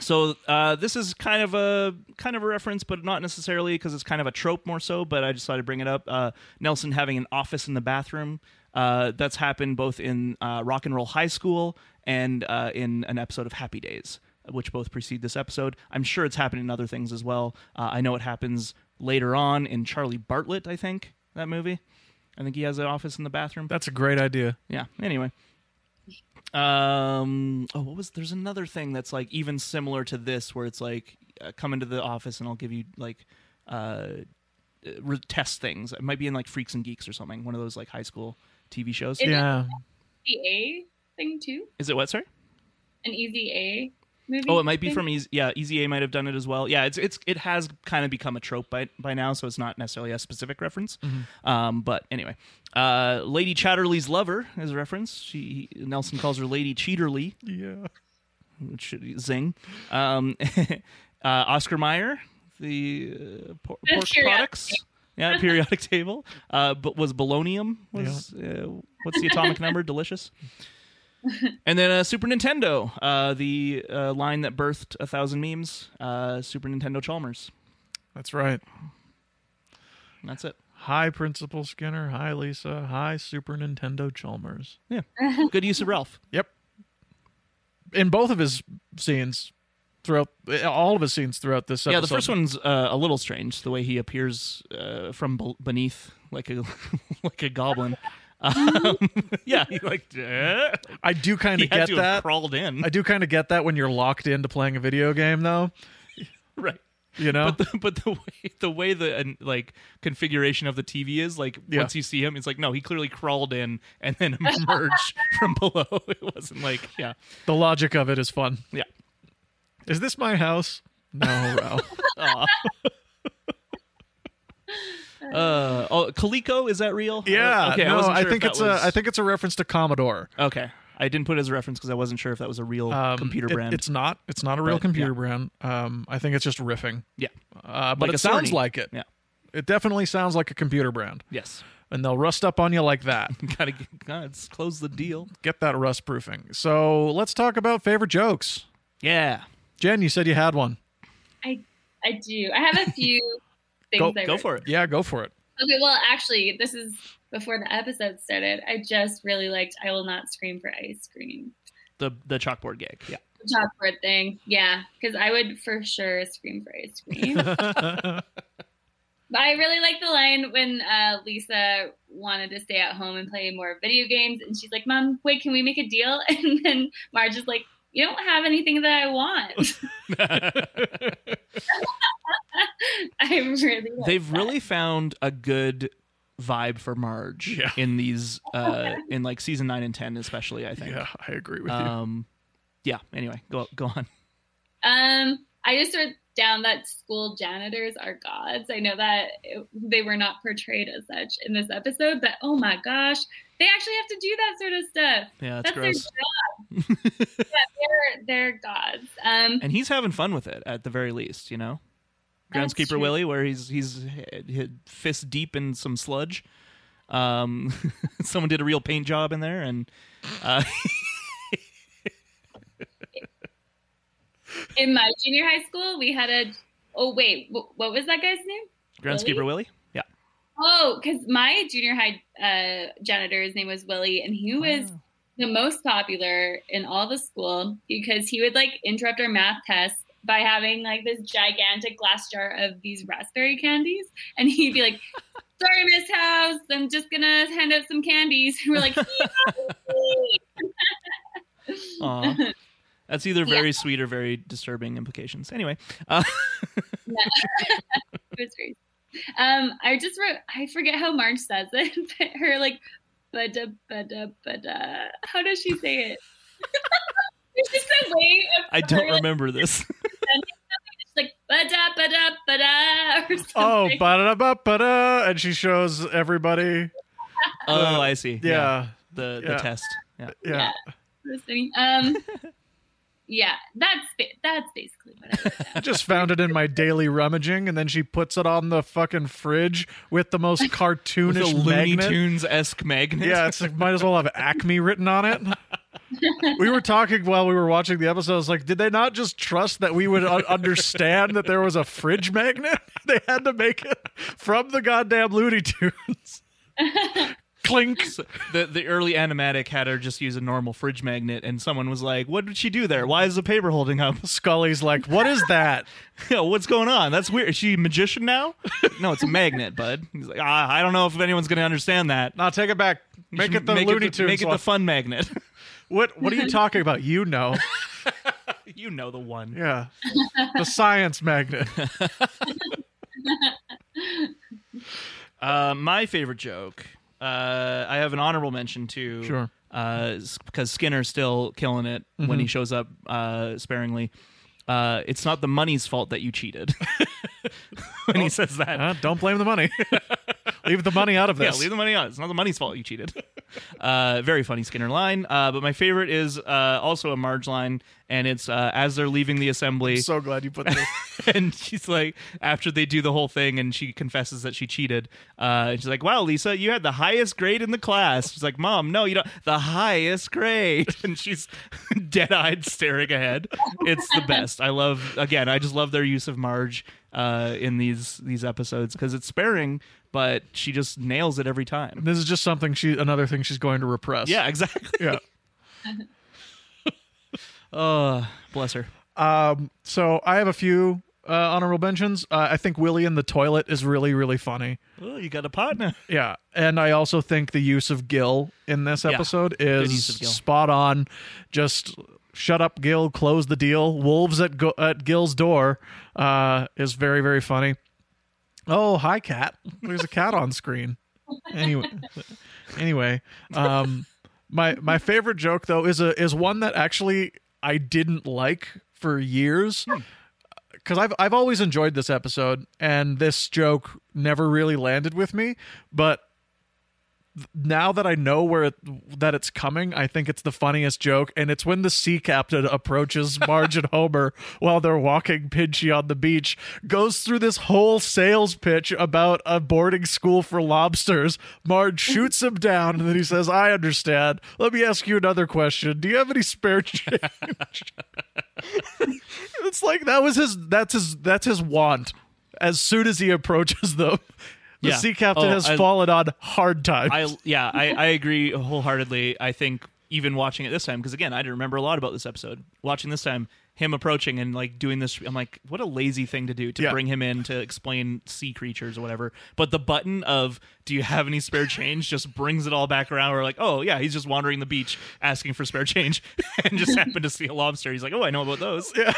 Speaker 1: so uh, this is kind of a kind of a reference, but not necessarily because it's kind of a trope more so. But I just thought I'd bring it up. Uh, Nelson having an office in the bathroom. Uh, that's happened both in uh, Rock and Roll High School and uh, in an episode of Happy Days, which both precede this episode. I'm sure it's happened in other things as well. Uh, I know it happens later on in Charlie Bartlett. I think that movie. I think he has an office in the bathroom.
Speaker 2: That's a great idea.
Speaker 1: Yeah. Anyway. Um. Oh, what was? There's another thing that's like even similar to this, where it's like, uh, come into the office and I'll give you like, uh, re- test things. It might be in like Freaks and Geeks or something. One of those like high school TV shows.
Speaker 3: It-
Speaker 2: Yeah.
Speaker 3: The A thing too.
Speaker 1: Is it what? Sorry.
Speaker 3: An easy A movie.
Speaker 1: Oh, it might be
Speaker 3: thing?
Speaker 1: from Easy. Yeah, Easy A might have done it as well. Yeah, it's it's it has kind of become a trope by by now, so it's not necessarily a specific reference. Um, but anyway, uh, Lady Chatterley's lover is a reference. She Nelson calls her Lady Cheaterly.
Speaker 2: Yeah.
Speaker 1: which should zing. Um, <laughs> uh, Oscar Mayer, the uh, por-
Speaker 3: The
Speaker 1: pork
Speaker 3: periodic
Speaker 1: products. Yeah, periodic <laughs> table. Uh, but was bolognium was uh, what's the atomic number? Delicious. And then uh, Super Nintendo, uh, the uh, line that birthed a thousand memes. Uh, Super Nintendo Chalmers.
Speaker 2: That's right.
Speaker 1: That's it.
Speaker 2: Hi, Principal Skinner. Hi, Lisa. Hi, Super Nintendo Chalmers.
Speaker 1: Good use of Ralph.
Speaker 2: In both of his scenes, throughout all of his scenes throughout this episode.
Speaker 1: yeah, the first one's uh, a little strange. The way he appears uh, from bel beneath, like a <laughs> like a goblin. Um, <laughs> yeah, he like eh?
Speaker 2: I do kind
Speaker 1: he
Speaker 2: of
Speaker 1: had
Speaker 2: get
Speaker 1: to have
Speaker 2: that.
Speaker 1: crawled in,
Speaker 2: I do kind of get that when you're locked into playing a video game, though.
Speaker 1: <laughs> right?
Speaker 2: You know,
Speaker 1: But the, but the way the way the and, like configuration of the TV is like
Speaker 2: Yeah.
Speaker 1: once you see him, it's like no, he clearly crawled in and then <laughs> emerged from below. <laughs> It wasn't like yeah,
Speaker 2: the logic of it is fun.
Speaker 1: yeah.
Speaker 2: Is this my house? No,
Speaker 1: <laughs>
Speaker 2: Ralph.
Speaker 1: Aw. Uh, oh, Coleco, is that real? Oh,
Speaker 2: Yeah,
Speaker 1: Okay, I,
Speaker 2: no,
Speaker 1: wasn't
Speaker 2: I
Speaker 1: sure if
Speaker 2: think
Speaker 1: that
Speaker 2: it's
Speaker 1: was-
Speaker 2: a I think it's a reference to Commodore.
Speaker 1: Okay. I didn't put it as a reference because I wasn't sure if that was a real
Speaker 2: Um,
Speaker 1: Oh, computer
Speaker 2: it-
Speaker 1: brand.
Speaker 2: it's not. It's not a real
Speaker 1: But,
Speaker 2: computer
Speaker 1: yeah.
Speaker 2: brand. Um, I think it's just riffing.
Speaker 1: yeah.
Speaker 2: Uh, but
Speaker 1: Like
Speaker 2: it
Speaker 1: a
Speaker 2: sounds
Speaker 1: Sony.
Speaker 2: like it.
Speaker 1: Yeah.
Speaker 2: It definitely sounds like a computer brand,
Speaker 1: Yes.
Speaker 2: and they'll rust up on you like that.
Speaker 1: <laughs> Gotta get, gotta s- close the deal.
Speaker 2: Get that rust proofing. So let's talk about favorite jokes.
Speaker 1: Yeah.
Speaker 2: Jen, you said you had one.
Speaker 3: I do.
Speaker 1: <laughs>
Speaker 3: I have a few things.
Speaker 2: Go-
Speaker 3: I
Speaker 1: Go
Speaker 3: wrote.
Speaker 1: for it.
Speaker 2: Yeah, go for it. <laughs>
Speaker 3: Okay, well, actually, this is before the episode started. I just really liked "I Will Not Scream for Ice Cream"
Speaker 1: The the chalkboard gag. Yeah.
Speaker 3: The chalkboard thing. Yeah, because I would for sure scream for
Speaker 1: <laughs>
Speaker 3: ice cream. but I really like the line when uh, Lisa wanted to stay at home and play more video games, and she's like, "Mom, wait, can we make a deal?" <laughs> And then Marge is like, "You don't have anything that I want." <laughs> I really. like
Speaker 1: They've
Speaker 3: that.
Speaker 1: really found a good vibe for Marge
Speaker 2: Yeah.
Speaker 1: in
Speaker 3: <laughs>
Speaker 1: these uh in like season nine and ten especially, I think.
Speaker 2: yeah, I agree with you.
Speaker 1: Um yeah, anyway, go go on. <laughs>
Speaker 3: Um, I just wrote down that school janitors are gods. I know that it- they were not portrayed as such in this episode, but oh my gosh, they actually have to do that sort of stuff.
Speaker 1: Yeah, that's
Speaker 3: That's their
Speaker 1: gross. <laughs>
Speaker 3: They're they're gods. Um,
Speaker 1: and he's having fun with it at the very least, you know.
Speaker 3: That's
Speaker 1: Groundskeeper
Speaker 3: true.
Speaker 1: Willie, where he's he's h- h- fist deep in some sludge. Um, <laughs> someone did a real paint job in there, and uh,
Speaker 3: in my junior high school, we had a. Oh wait, wh- what was that guy's name?
Speaker 1: groundskeeper Willie. Yeah,
Speaker 3: Oh, because my junior high uh, janitor's name was Willie, and he was
Speaker 1: Wow.
Speaker 3: the most popular in all the school because he would like interrupt our math tests by having like this gigantic glass jar of these raspberry candies, and he'd be like, "Sorry, Miss House, I'm just gonna hand out some candies." <laughs> And
Speaker 1: <laughs>
Speaker 3: we're like,
Speaker 1: Aw. that's either very sweet or very disturbing implications. Anyway, uh,
Speaker 3: It was great. Um, I just wrote. I forget how Marge says it, <laughs> but her like, bada bada bada. How does she say it? <laughs> It's just a way of.
Speaker 1: I
Speaker 3: her,
Speaker 1: don't
Speaker 3: like,
Speaker 1: remember this. <laughs>
Speaker 3: It's like bada bada bada or
Speaker 2: oh,
Speaker 3: something.
Speaker 2: ba da ba ba da, and she shows everybody.
Speaker 1: Oh, I see.
Speaker 2: Uh, Yeah,
Speaker 1: the the
Speaker 2: Yeah.
Speaker 1: test. Yeah,
Speaker 2: yeah.
Speaker 3: Yeah. Listening. <laughs> Um. Yeah, that's ba- that's basically what I wrote
Speaker 2: I
Speaker 3: down.
Speaker 2: just found it in my daily rummaging, and then she puts it on the fucking fridge with the most
Speaker 1: with a
Speaker 2: cartoonish
Speaker 1: Looney
Speaker 2: magnet.
Speaker 1: Tunes esque magnet. <laughs>
Speaker 2: Yeah, it's like, might as well have Acme written on it. We were talking while we were watching the episode. I was like, did they not just trust that we would un- understand that there was a fridge magnet? <laughs> They had to make it from the goddamn Looney Tunes. Clink.
Speaker 1: So the the early animatic had her just use a normal fridge magnet, and someone was like, "What did she do there? Why is the paper holding up? <laughs>
Speaker 2: Scully's like, what is that?
Speaker 1: Yo, what's going on? That's weird. Is she a magician
Speaker 2: <laughs>
Speaker 1: now? no, it's a magnet, bud." He's like, ah, "I don't know if anyone's going to understand that.
Speaker 2: Now take it back.
Speaker 1: You
Speaker 2: Make
Speaker 1: should
Speaker 2: it the Looney
Speaker 1: the-
Speaker 2: Tunes.
Speaker 1: Make it
Speaker 2: one.
Speaker 1: the fun magnet. <laughs>
Speaker 2: what? What are you talking about? You know,
Speaker 1: you know the one.
Speaker 2: yeah, the science magnet. <laughs>
Speaker 1: Uh, my favorite joke. Uh, I have an honorable mention too.
Speaker 2: Sure. Mm-hmm.
Speaker 1: Because Skinner's still killing it when he shows up uh, sparingly. Uh, it's not the money's fault that you cheated. <laughs> when he says that,
Speaker 2: Uh, don't blame the money. <laughs> leave the money out of
Speaker 1: Yeah,
Speaker 2: this.
Speaker 1: leave the money on. It's not the money's fault you <laughs> cheated. uh, very funny Skinner line. Uh, but my favorite is uh, also a Marge line, and it's uh, as they're leaving the assembly,
Speaker 2: so glad you put this.
Speaker 1: <laughs> and she's like, after they do the whole thing, and she confesses that she cheated. Uh, and she's like, "Wow, Lisa, you had the highest grade in the class." She's like, "Mom, no, you don't. The highest grade." <laughs> And she's dead-eyed, staring ahead. It's the best. I love. Again, I just love their use of Marge uh, in these these episodes because it's sparing, but she just nails it every time.
Speaker 2: this is just something she, another thing she's going to repress.
Speaker 1: Yeah, <laughs> exactly.
Speaker 2: yeah.
Speaker 1: Uh, bless her.
Speaker 2: Um, so I have a few uh, honorable mentions. Uh, I think Willie in the toilet is really, really funny.
Speaker 1: Oh, you got a partner.
Speaker 2: Yeah, and I also think the use of Gil in this
Speaker 1: Yeah.
Speaker 2: episode is
Speaker 1: use of Gil.
Speaker 2: spot on. Just shut up, Gil. Close the deal. Wolves at go- at Gil's door uh, is very, very funny. Oh, hi, cat. There's a cat on screen. Anyway, anyway, um, my my favorite joke though is a is one that actually I didn't like for years
Speaker 1: Hmm.
Speaker 2: because I've I've always enjoyed this episode, and this joke never really landed with me. But th- now that I know where it, that it's coming, I think it's the funniest joke, and it's when the sea captain approaches <laughs> Marge and Homer while they're walking pinchy on the beach, goes through this whole sales pitch about a boarding school for lobsters. Marge shoots him down, and then he says, "I understand. Let me ask you another question. Do you have any spare change?" <laughs> It's like that was his. That's his. That's his want. As soon as he approaches them, the
Speaker 1: Yeah.
Speaker 2: sea captain
Speaker 1: Oh,
Speaker 2: has
Speaker 1: I-
Speaker 2: fallen on hard times.
Speaker 1: I yeah, I, I agree wholeheartedly. I think even watching it this time, because again, I didn't remember a lot about this episode. Watching this time, him approaching and like doing this, I'm like, what a lazy thing to do to
Speaker 2: Yeah.
Speaker 1: bring him in to explain sea creatures or whatever. But the button of "Do you have any spare change?" just brings it all back around. We're like, oh yeah, he's just wandering the beach asking for spare change, <laughs> and just happened to see a lobster. He's like, oh, I know about those.
Speaker 2: yeah,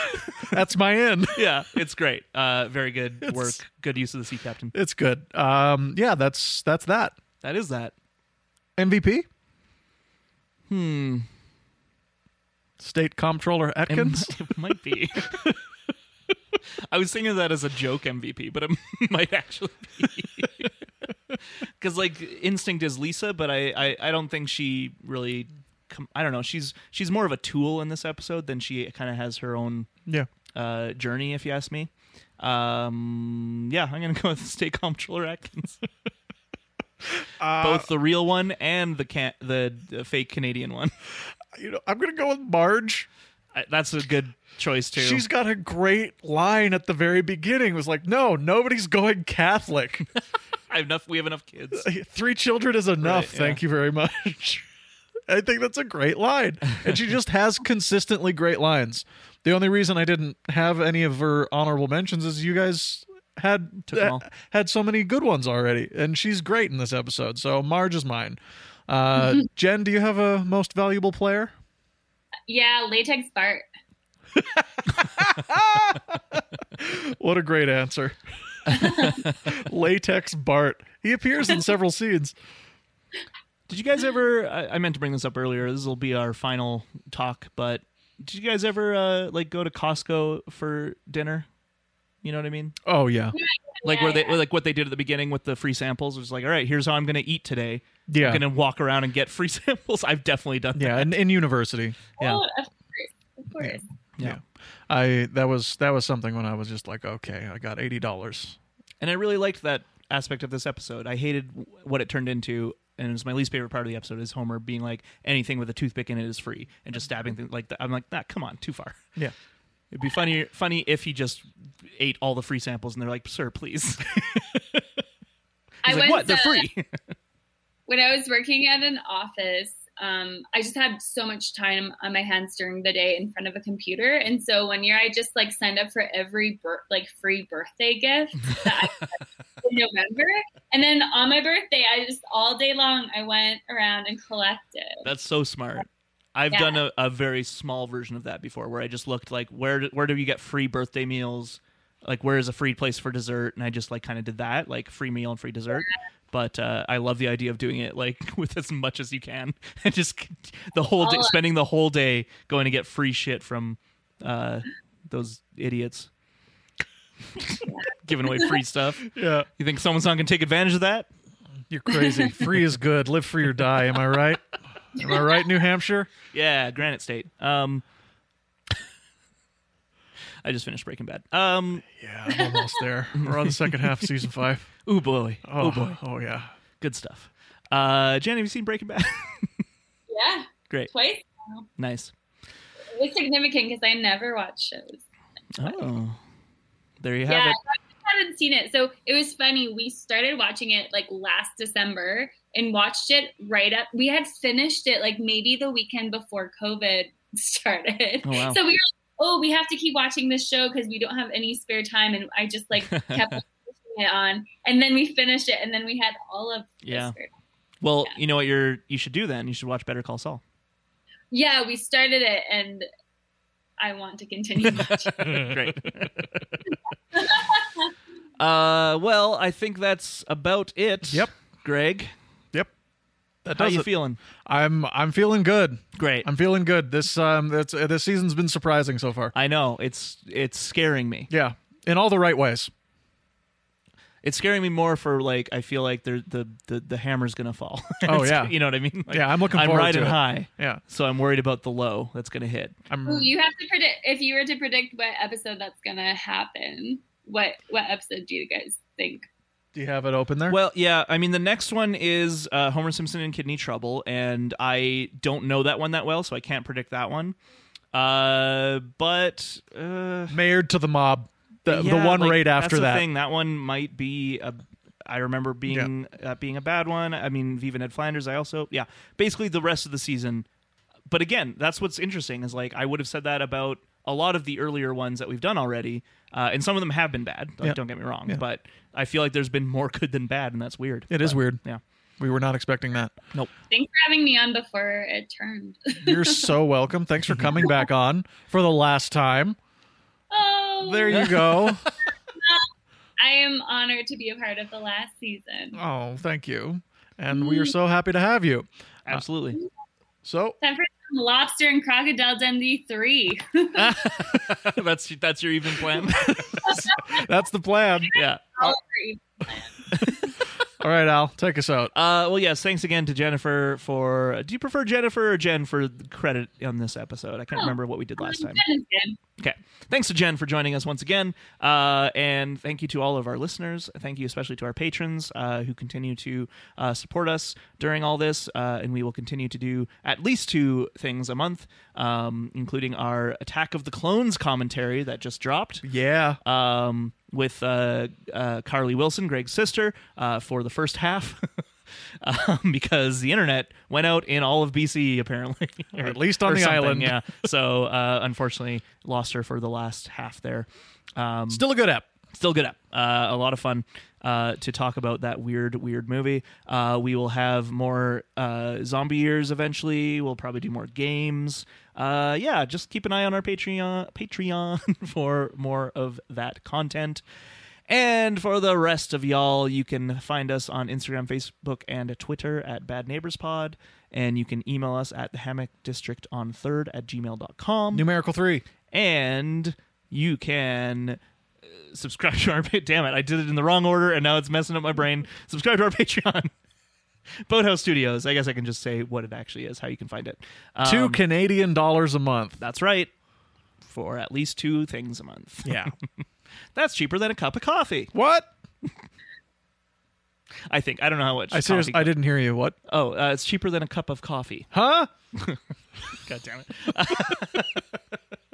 Speaker 2: that's my end.
Speaker 1: Yeah, it's great. Uh, very good work. Good use of the sea captain.
Speaker 2: <laughs> It's good. Um, yeah, that's that's that
Speaker 1: That is that.
Speaker 2: MVP. Hmm. State comptroller Atkins.
Speaker 1: It might be. <laughs> I was thinking of that as a joke MVP, but it <laughs> might actually be. <laughs> Because like instinct is Lisa, but I, I, I don't think she really. Com- I don't know. She's she's more of a tool in this episode than she kind of has her own
Speaker 2: yeah.
Speaker 1: uh, journey, if you ask me. Um, yeah, I'm gonna go with <laughs> State Comptroller Atkins. Both the real one and the can- the, the fake Canadian one.
Speaker 2: <laughs> You know, I'm gonna go with Marge.
Speaker 1: I- That's a good choice too.
Speaker 2: She's got a great line at the very beginning. It was like, no, nobody's going Catholic.
Speaker 1: I have enough. We have enough kids.
Speaker 2: three children is enough.
Speaker 1: Right, yeah.
Speaker 2: Thank you very much. <laughs> I think that's a great line. And she just has consistently great lines. The only reason I didn't have any of her honorable mentions is you guys had
Speaker 1: Took 'em all.
Speaker 2: <laughs> had so many good ones already. And she's great in this episode. So Marge is mine. Uh, Jen, do you have a most valuable player?
Speaker 3: Yeah, latex Bart.
Speaker 2: What a great answer. <laughs> Latex Bart. He appears in several scenes.
Speaker 1: <laughs> Did you guys ever? I, I meant to bring this up earlier. This will be our final talk, but did you guys ever uh, like go to Costco for dinner? You know what I mean?
Speaker 2: Oh yeah.
Speaker 1: Like
Speaker 3: Yeah,
Speaker 1: where they
Speaker 3: yeah.
Speaker 1: like what they did at the beginning with the free samples. It was like, all right, here's how I'm going to eat today.
Speaker 2: Yeah.
Speaker 1: I'm going to walk around and get <laughs> free samples. I've definitely done
Speaker 2: Yeah, in, in university.
Speaker 1: Yeah.
Speaker 3: Oh, of course, of course.
Speaker 1: Yeah.
Speaker 2: I that was that was something when I was just like, okay, I got eighty dollars.
Speaker 1: And I really liked that aspect of this episode. I hated w- what it turned into, and it's my least favorite part of the episode is Homer being like, anything with a toothpick in it is free, and just stabbing things like that. I'm like, nah, come on, too far.
Speaker 2: Yeah.
Speaker 1: It'd be funny, funny if he just ate all the free samples, and they're like, "Sir,
Speaker 3: <laughs>
Speaker 1: please." He's
Speaker 3: I
Speaker 1: like, "What? They're
Speaker 3: uh,
Speaker 1: free."
Speaker 3: <laughs> when I was working at an office, um, I just had so much time on my hands during the day in front of a computer, and so one year I just like signed up for every bir- like free birthday gift that I in November, and then on my birthday, I just all day long I went around and collected.
Speaker 1: That's so smart. I've
Speaker 3: Yeah.
Speaker 1: done a, a very small version of that before, where I just looked like, "Where do, where do you get free birthday meals? Like, where is a free place for dessert?" And I just like kind of did that, like free meal and free dessert. But uh, I love the idea of doing it like <laughs> with as much as you can, <laughs> and just the whole day,
Speaker 3: All-
Speaker 1: spending the whole day going to get free shit from uh, those
Speaker 3: <laughs>
Speaker 1: idiots, <laughs> giving away free stuff.
Speaker 2: Yeah,
Speaker 1: You think someone's not going to take advantage of that?
Speaker 2: you're crazy. free is good. Live free or die. Am I right? Am I right, New Hampshire?
Speaker 1: Yeah, Granite State. Um, <laughs> I just finished Breaking Bad. Um,
Speaker 2: Yeah, I'm almost there. We're on the second half of season five.
Speaker 1: ooh boy,
Speaker 2: Oh,
Speaker 1: oh boy,
Speaker 2: oh yeah.
Speaker 1: good stuff. Uh, Jen, have you seen Breaking Bad? <laughs>
Speaker 3: Yeah,
Speaker 1: Great,
Speaker 3: twice.
Speaker 1: nice.
Speaker 3: It was significant because I never watch shows.
Speaker 1: Oh, there you have
Speaker 3: Yeah,
Speaker 1: it.
Speaker 3: I hadn't seen it. So it was funny. We started watching it like last December and watched it right up. We had finished it like maybe the weekend before COVID <laughs> started.
Speaker 1: Oh, wow.
Speaker 3: So we were like, oh, we have to keep watching this show because we don't have any spare time. And I just
Speaker 1: <laughs>
Speaker 3: like kept pushing it on. And then we finished it. And then we had all of the
Speaker 1: Yeah.
Speaker 3: spare time.
Speaker 1: Well, you know what you're you should do then. You should watch Better Call Saul.
Speaker 3: Yeah, we started it and I want
Speaker 1: <laughs>
Speaker 3: to continue watching.
Speaker 1: <laughs> Great. <laughs> uh, well, I think that's about it.
Speaker 2: Yep.
Speaker 1: Greg.
Speaker 2: Yep. That
Speaker 1: How
Speaker 2: does
Speaker 1: you
Speaker 2: it.
Speaker 1: feeling?
Speaker 2: I'm I'm feeling good.
Speaker 1: Great.
Speaker 2: I'm feeling good. This um that's uh, this season's been surprising so far.
Speaker 1: I know it's it's scaring me.
Speaker 2: Yeah, in all the right ways.
Speaker 1: It's scaring me more for like I feel like there- the the the hammer's gonna fall. <laughs>
Speaker 2: Oh,
Speaker 1: It's-
Speaker 2: yeah.
Speaker 1: you know what I mean. Like,
Speaker 2: Yeah, I'm looking
Speaker 1: I'm
Speaker 2: forward
Speaker 1: riding
Speaker 2: to it.
Speaker 1: high,
Speaker 2: Yeah,
Speaker 1: so I'm worried about the low that's gonna hit.
Speaker 2: I'm.
Speaker 3: Ooh, you have to predict if you were to predict what episode that's gonna happen. What what episode do you guys think?
Speaker 2: Do you have it open there?
Speaker 1: Well, yeah. I mean, the next one is uh, Homer Simpson in kidney trouble, and I don't know that one that well, so I can't predict that one. Uh, but uh,
Speaker 2: Mayored to the mob. The the
Speaker 1: yeah,
Speaker 2: one
Speaker 1: like,
Speaker 2: right
Speaker 1: that's
Speaker 2: after
Speaker 1: the
Speaker 2: that.
Speaker 1: thing. That one might be a. I remember being that being a bad one. I mean, Viva Ned Flanders. I also yeah. Basically, the rest of the season. But again, that's what's interesting is like I would have said that about a lot of the earlier ones that we've done already, uh, and some of them have been bad. Like,
Speaker 2: Yeah.
Speaker 1: Don't get me wrong,
Speaker 2: Yeah.
Speaker 1: but I feel like there's been more <laughs> good than bad, and that's weird.
Speaker 2: It is
Speaker 1: But,
Speaker 2: weird.
Speaker 1: Yeah.
Speaker 2: We were not expecting that.
Speaker 3: Thanks for having me on before it turned. <laughs>
Speaker 2: You're so welcome. Thanks for coming back on for the last time.
Speaker 3: Oh,
Speaker 2: There you go.
Speaker 3: I am honored to be a part of the last season.
Speaker 2: Oh, thank you. And we are so happy to have you.
Speaker 1: Absolutely. <laughs>
Speaker 2: So,
Speaker 3: Time for some lobster and crocodile Dundee three.
Speaker 1: that's that's your even plan.
Speaker 2: <laughs>
Speaker 1: <laughs>
Speaker 2: that's the plan.
Speaker 1: yeah.
Speaker 3: All three.
Speaker 2: All right, Al, take us out.
Speaker 1: Uh, well, yes. Thanks again to Jennifer for. Do you prefer Jennifer or Jen for the credit on this episode? I can't
Speaker 3: Oh.
Speaker 1: remember what we did last time.
Speaker 3: That is good.
Speaker 1: Okay. Thanks to Jen for joining us once again. Uh, and thank you to all of our listeners. Thank you especially to our patrons uh, who continue to uh, support us during all this. Uh, and we will continue to do at least two things a month, um, including our Attack of the Clones commentary that just dropped
Speaker 2: Yeah.
Speaker 1: um, with uh, uh, Carly Wilson, Greg's sister, uh, for the first half. <laughs> Um, because the internet went out in all of BC apparently, Or-
Speaker 2: At least on
Speaker 1: or
Speaker 2: the
Speaker 1: something,
Speaker 2: island.
Speaker 1: Yeah, so uh, unfortunately lost her for the last half there. Um,
Speaker 2: Still a good app.
Speaker 1: still good app. Uh, a lot of fun uh, to talk about that weird, weird movie. Uh, we will have more uh, zombie years eventually. We'll probably do more games. Uh, yeah, just keep an eye on our Patreon, Patreon <laughs> for more of that content. And for the rest of y'all, you can find us on Instagram, Facebook, and Twitter at Bad Neighbors Pod. And you can email us at the hammock district on third at gmail.com
Speaker 2: Numerical three.
Speaker 1: and you can uh, subscribe to our pa- damn it i did it in the wrong order and now it's messing up my brain subscribe to our <laughs> patreon boathouse studios i guess i can just say what it actually is how you can find it um,
Speaker 2: Two Canadian dollars a month.
Speaker 1: that's right for at least two things a month
Speaker 2: Yeah.
Speaker 1: that's cheaper than a cup of coffee
Speaker 2: <laughs> what?
Speaker 1: i think i don't know how much
Speaker 2: I seriously, I
Speaker 1: coffee-
Speaker 2: didn't hear you. What?
Speaker 1: oh uh, it's cheaper than a cup of coffee
Speaker 2: Huh?
Speaker 1: God damn it.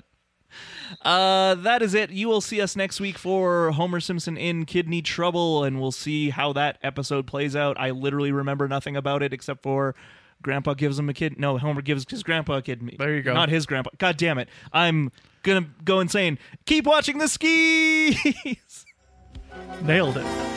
Speaker 1: <laughs> uh, that is it. You will see us next week for Homer Simpson in Kidney Trouble, and we'll see how that episode plays out. I literally remember nothing about it except for Grandpa gives him a kid. No, Homer gives his grandpa a kidney.
Speaker 2: There you go.
Speaker 1: Not his grandpa. God damn it. I'm going to go insane. Keep watching the skis.
Speaker 2: Nailed it.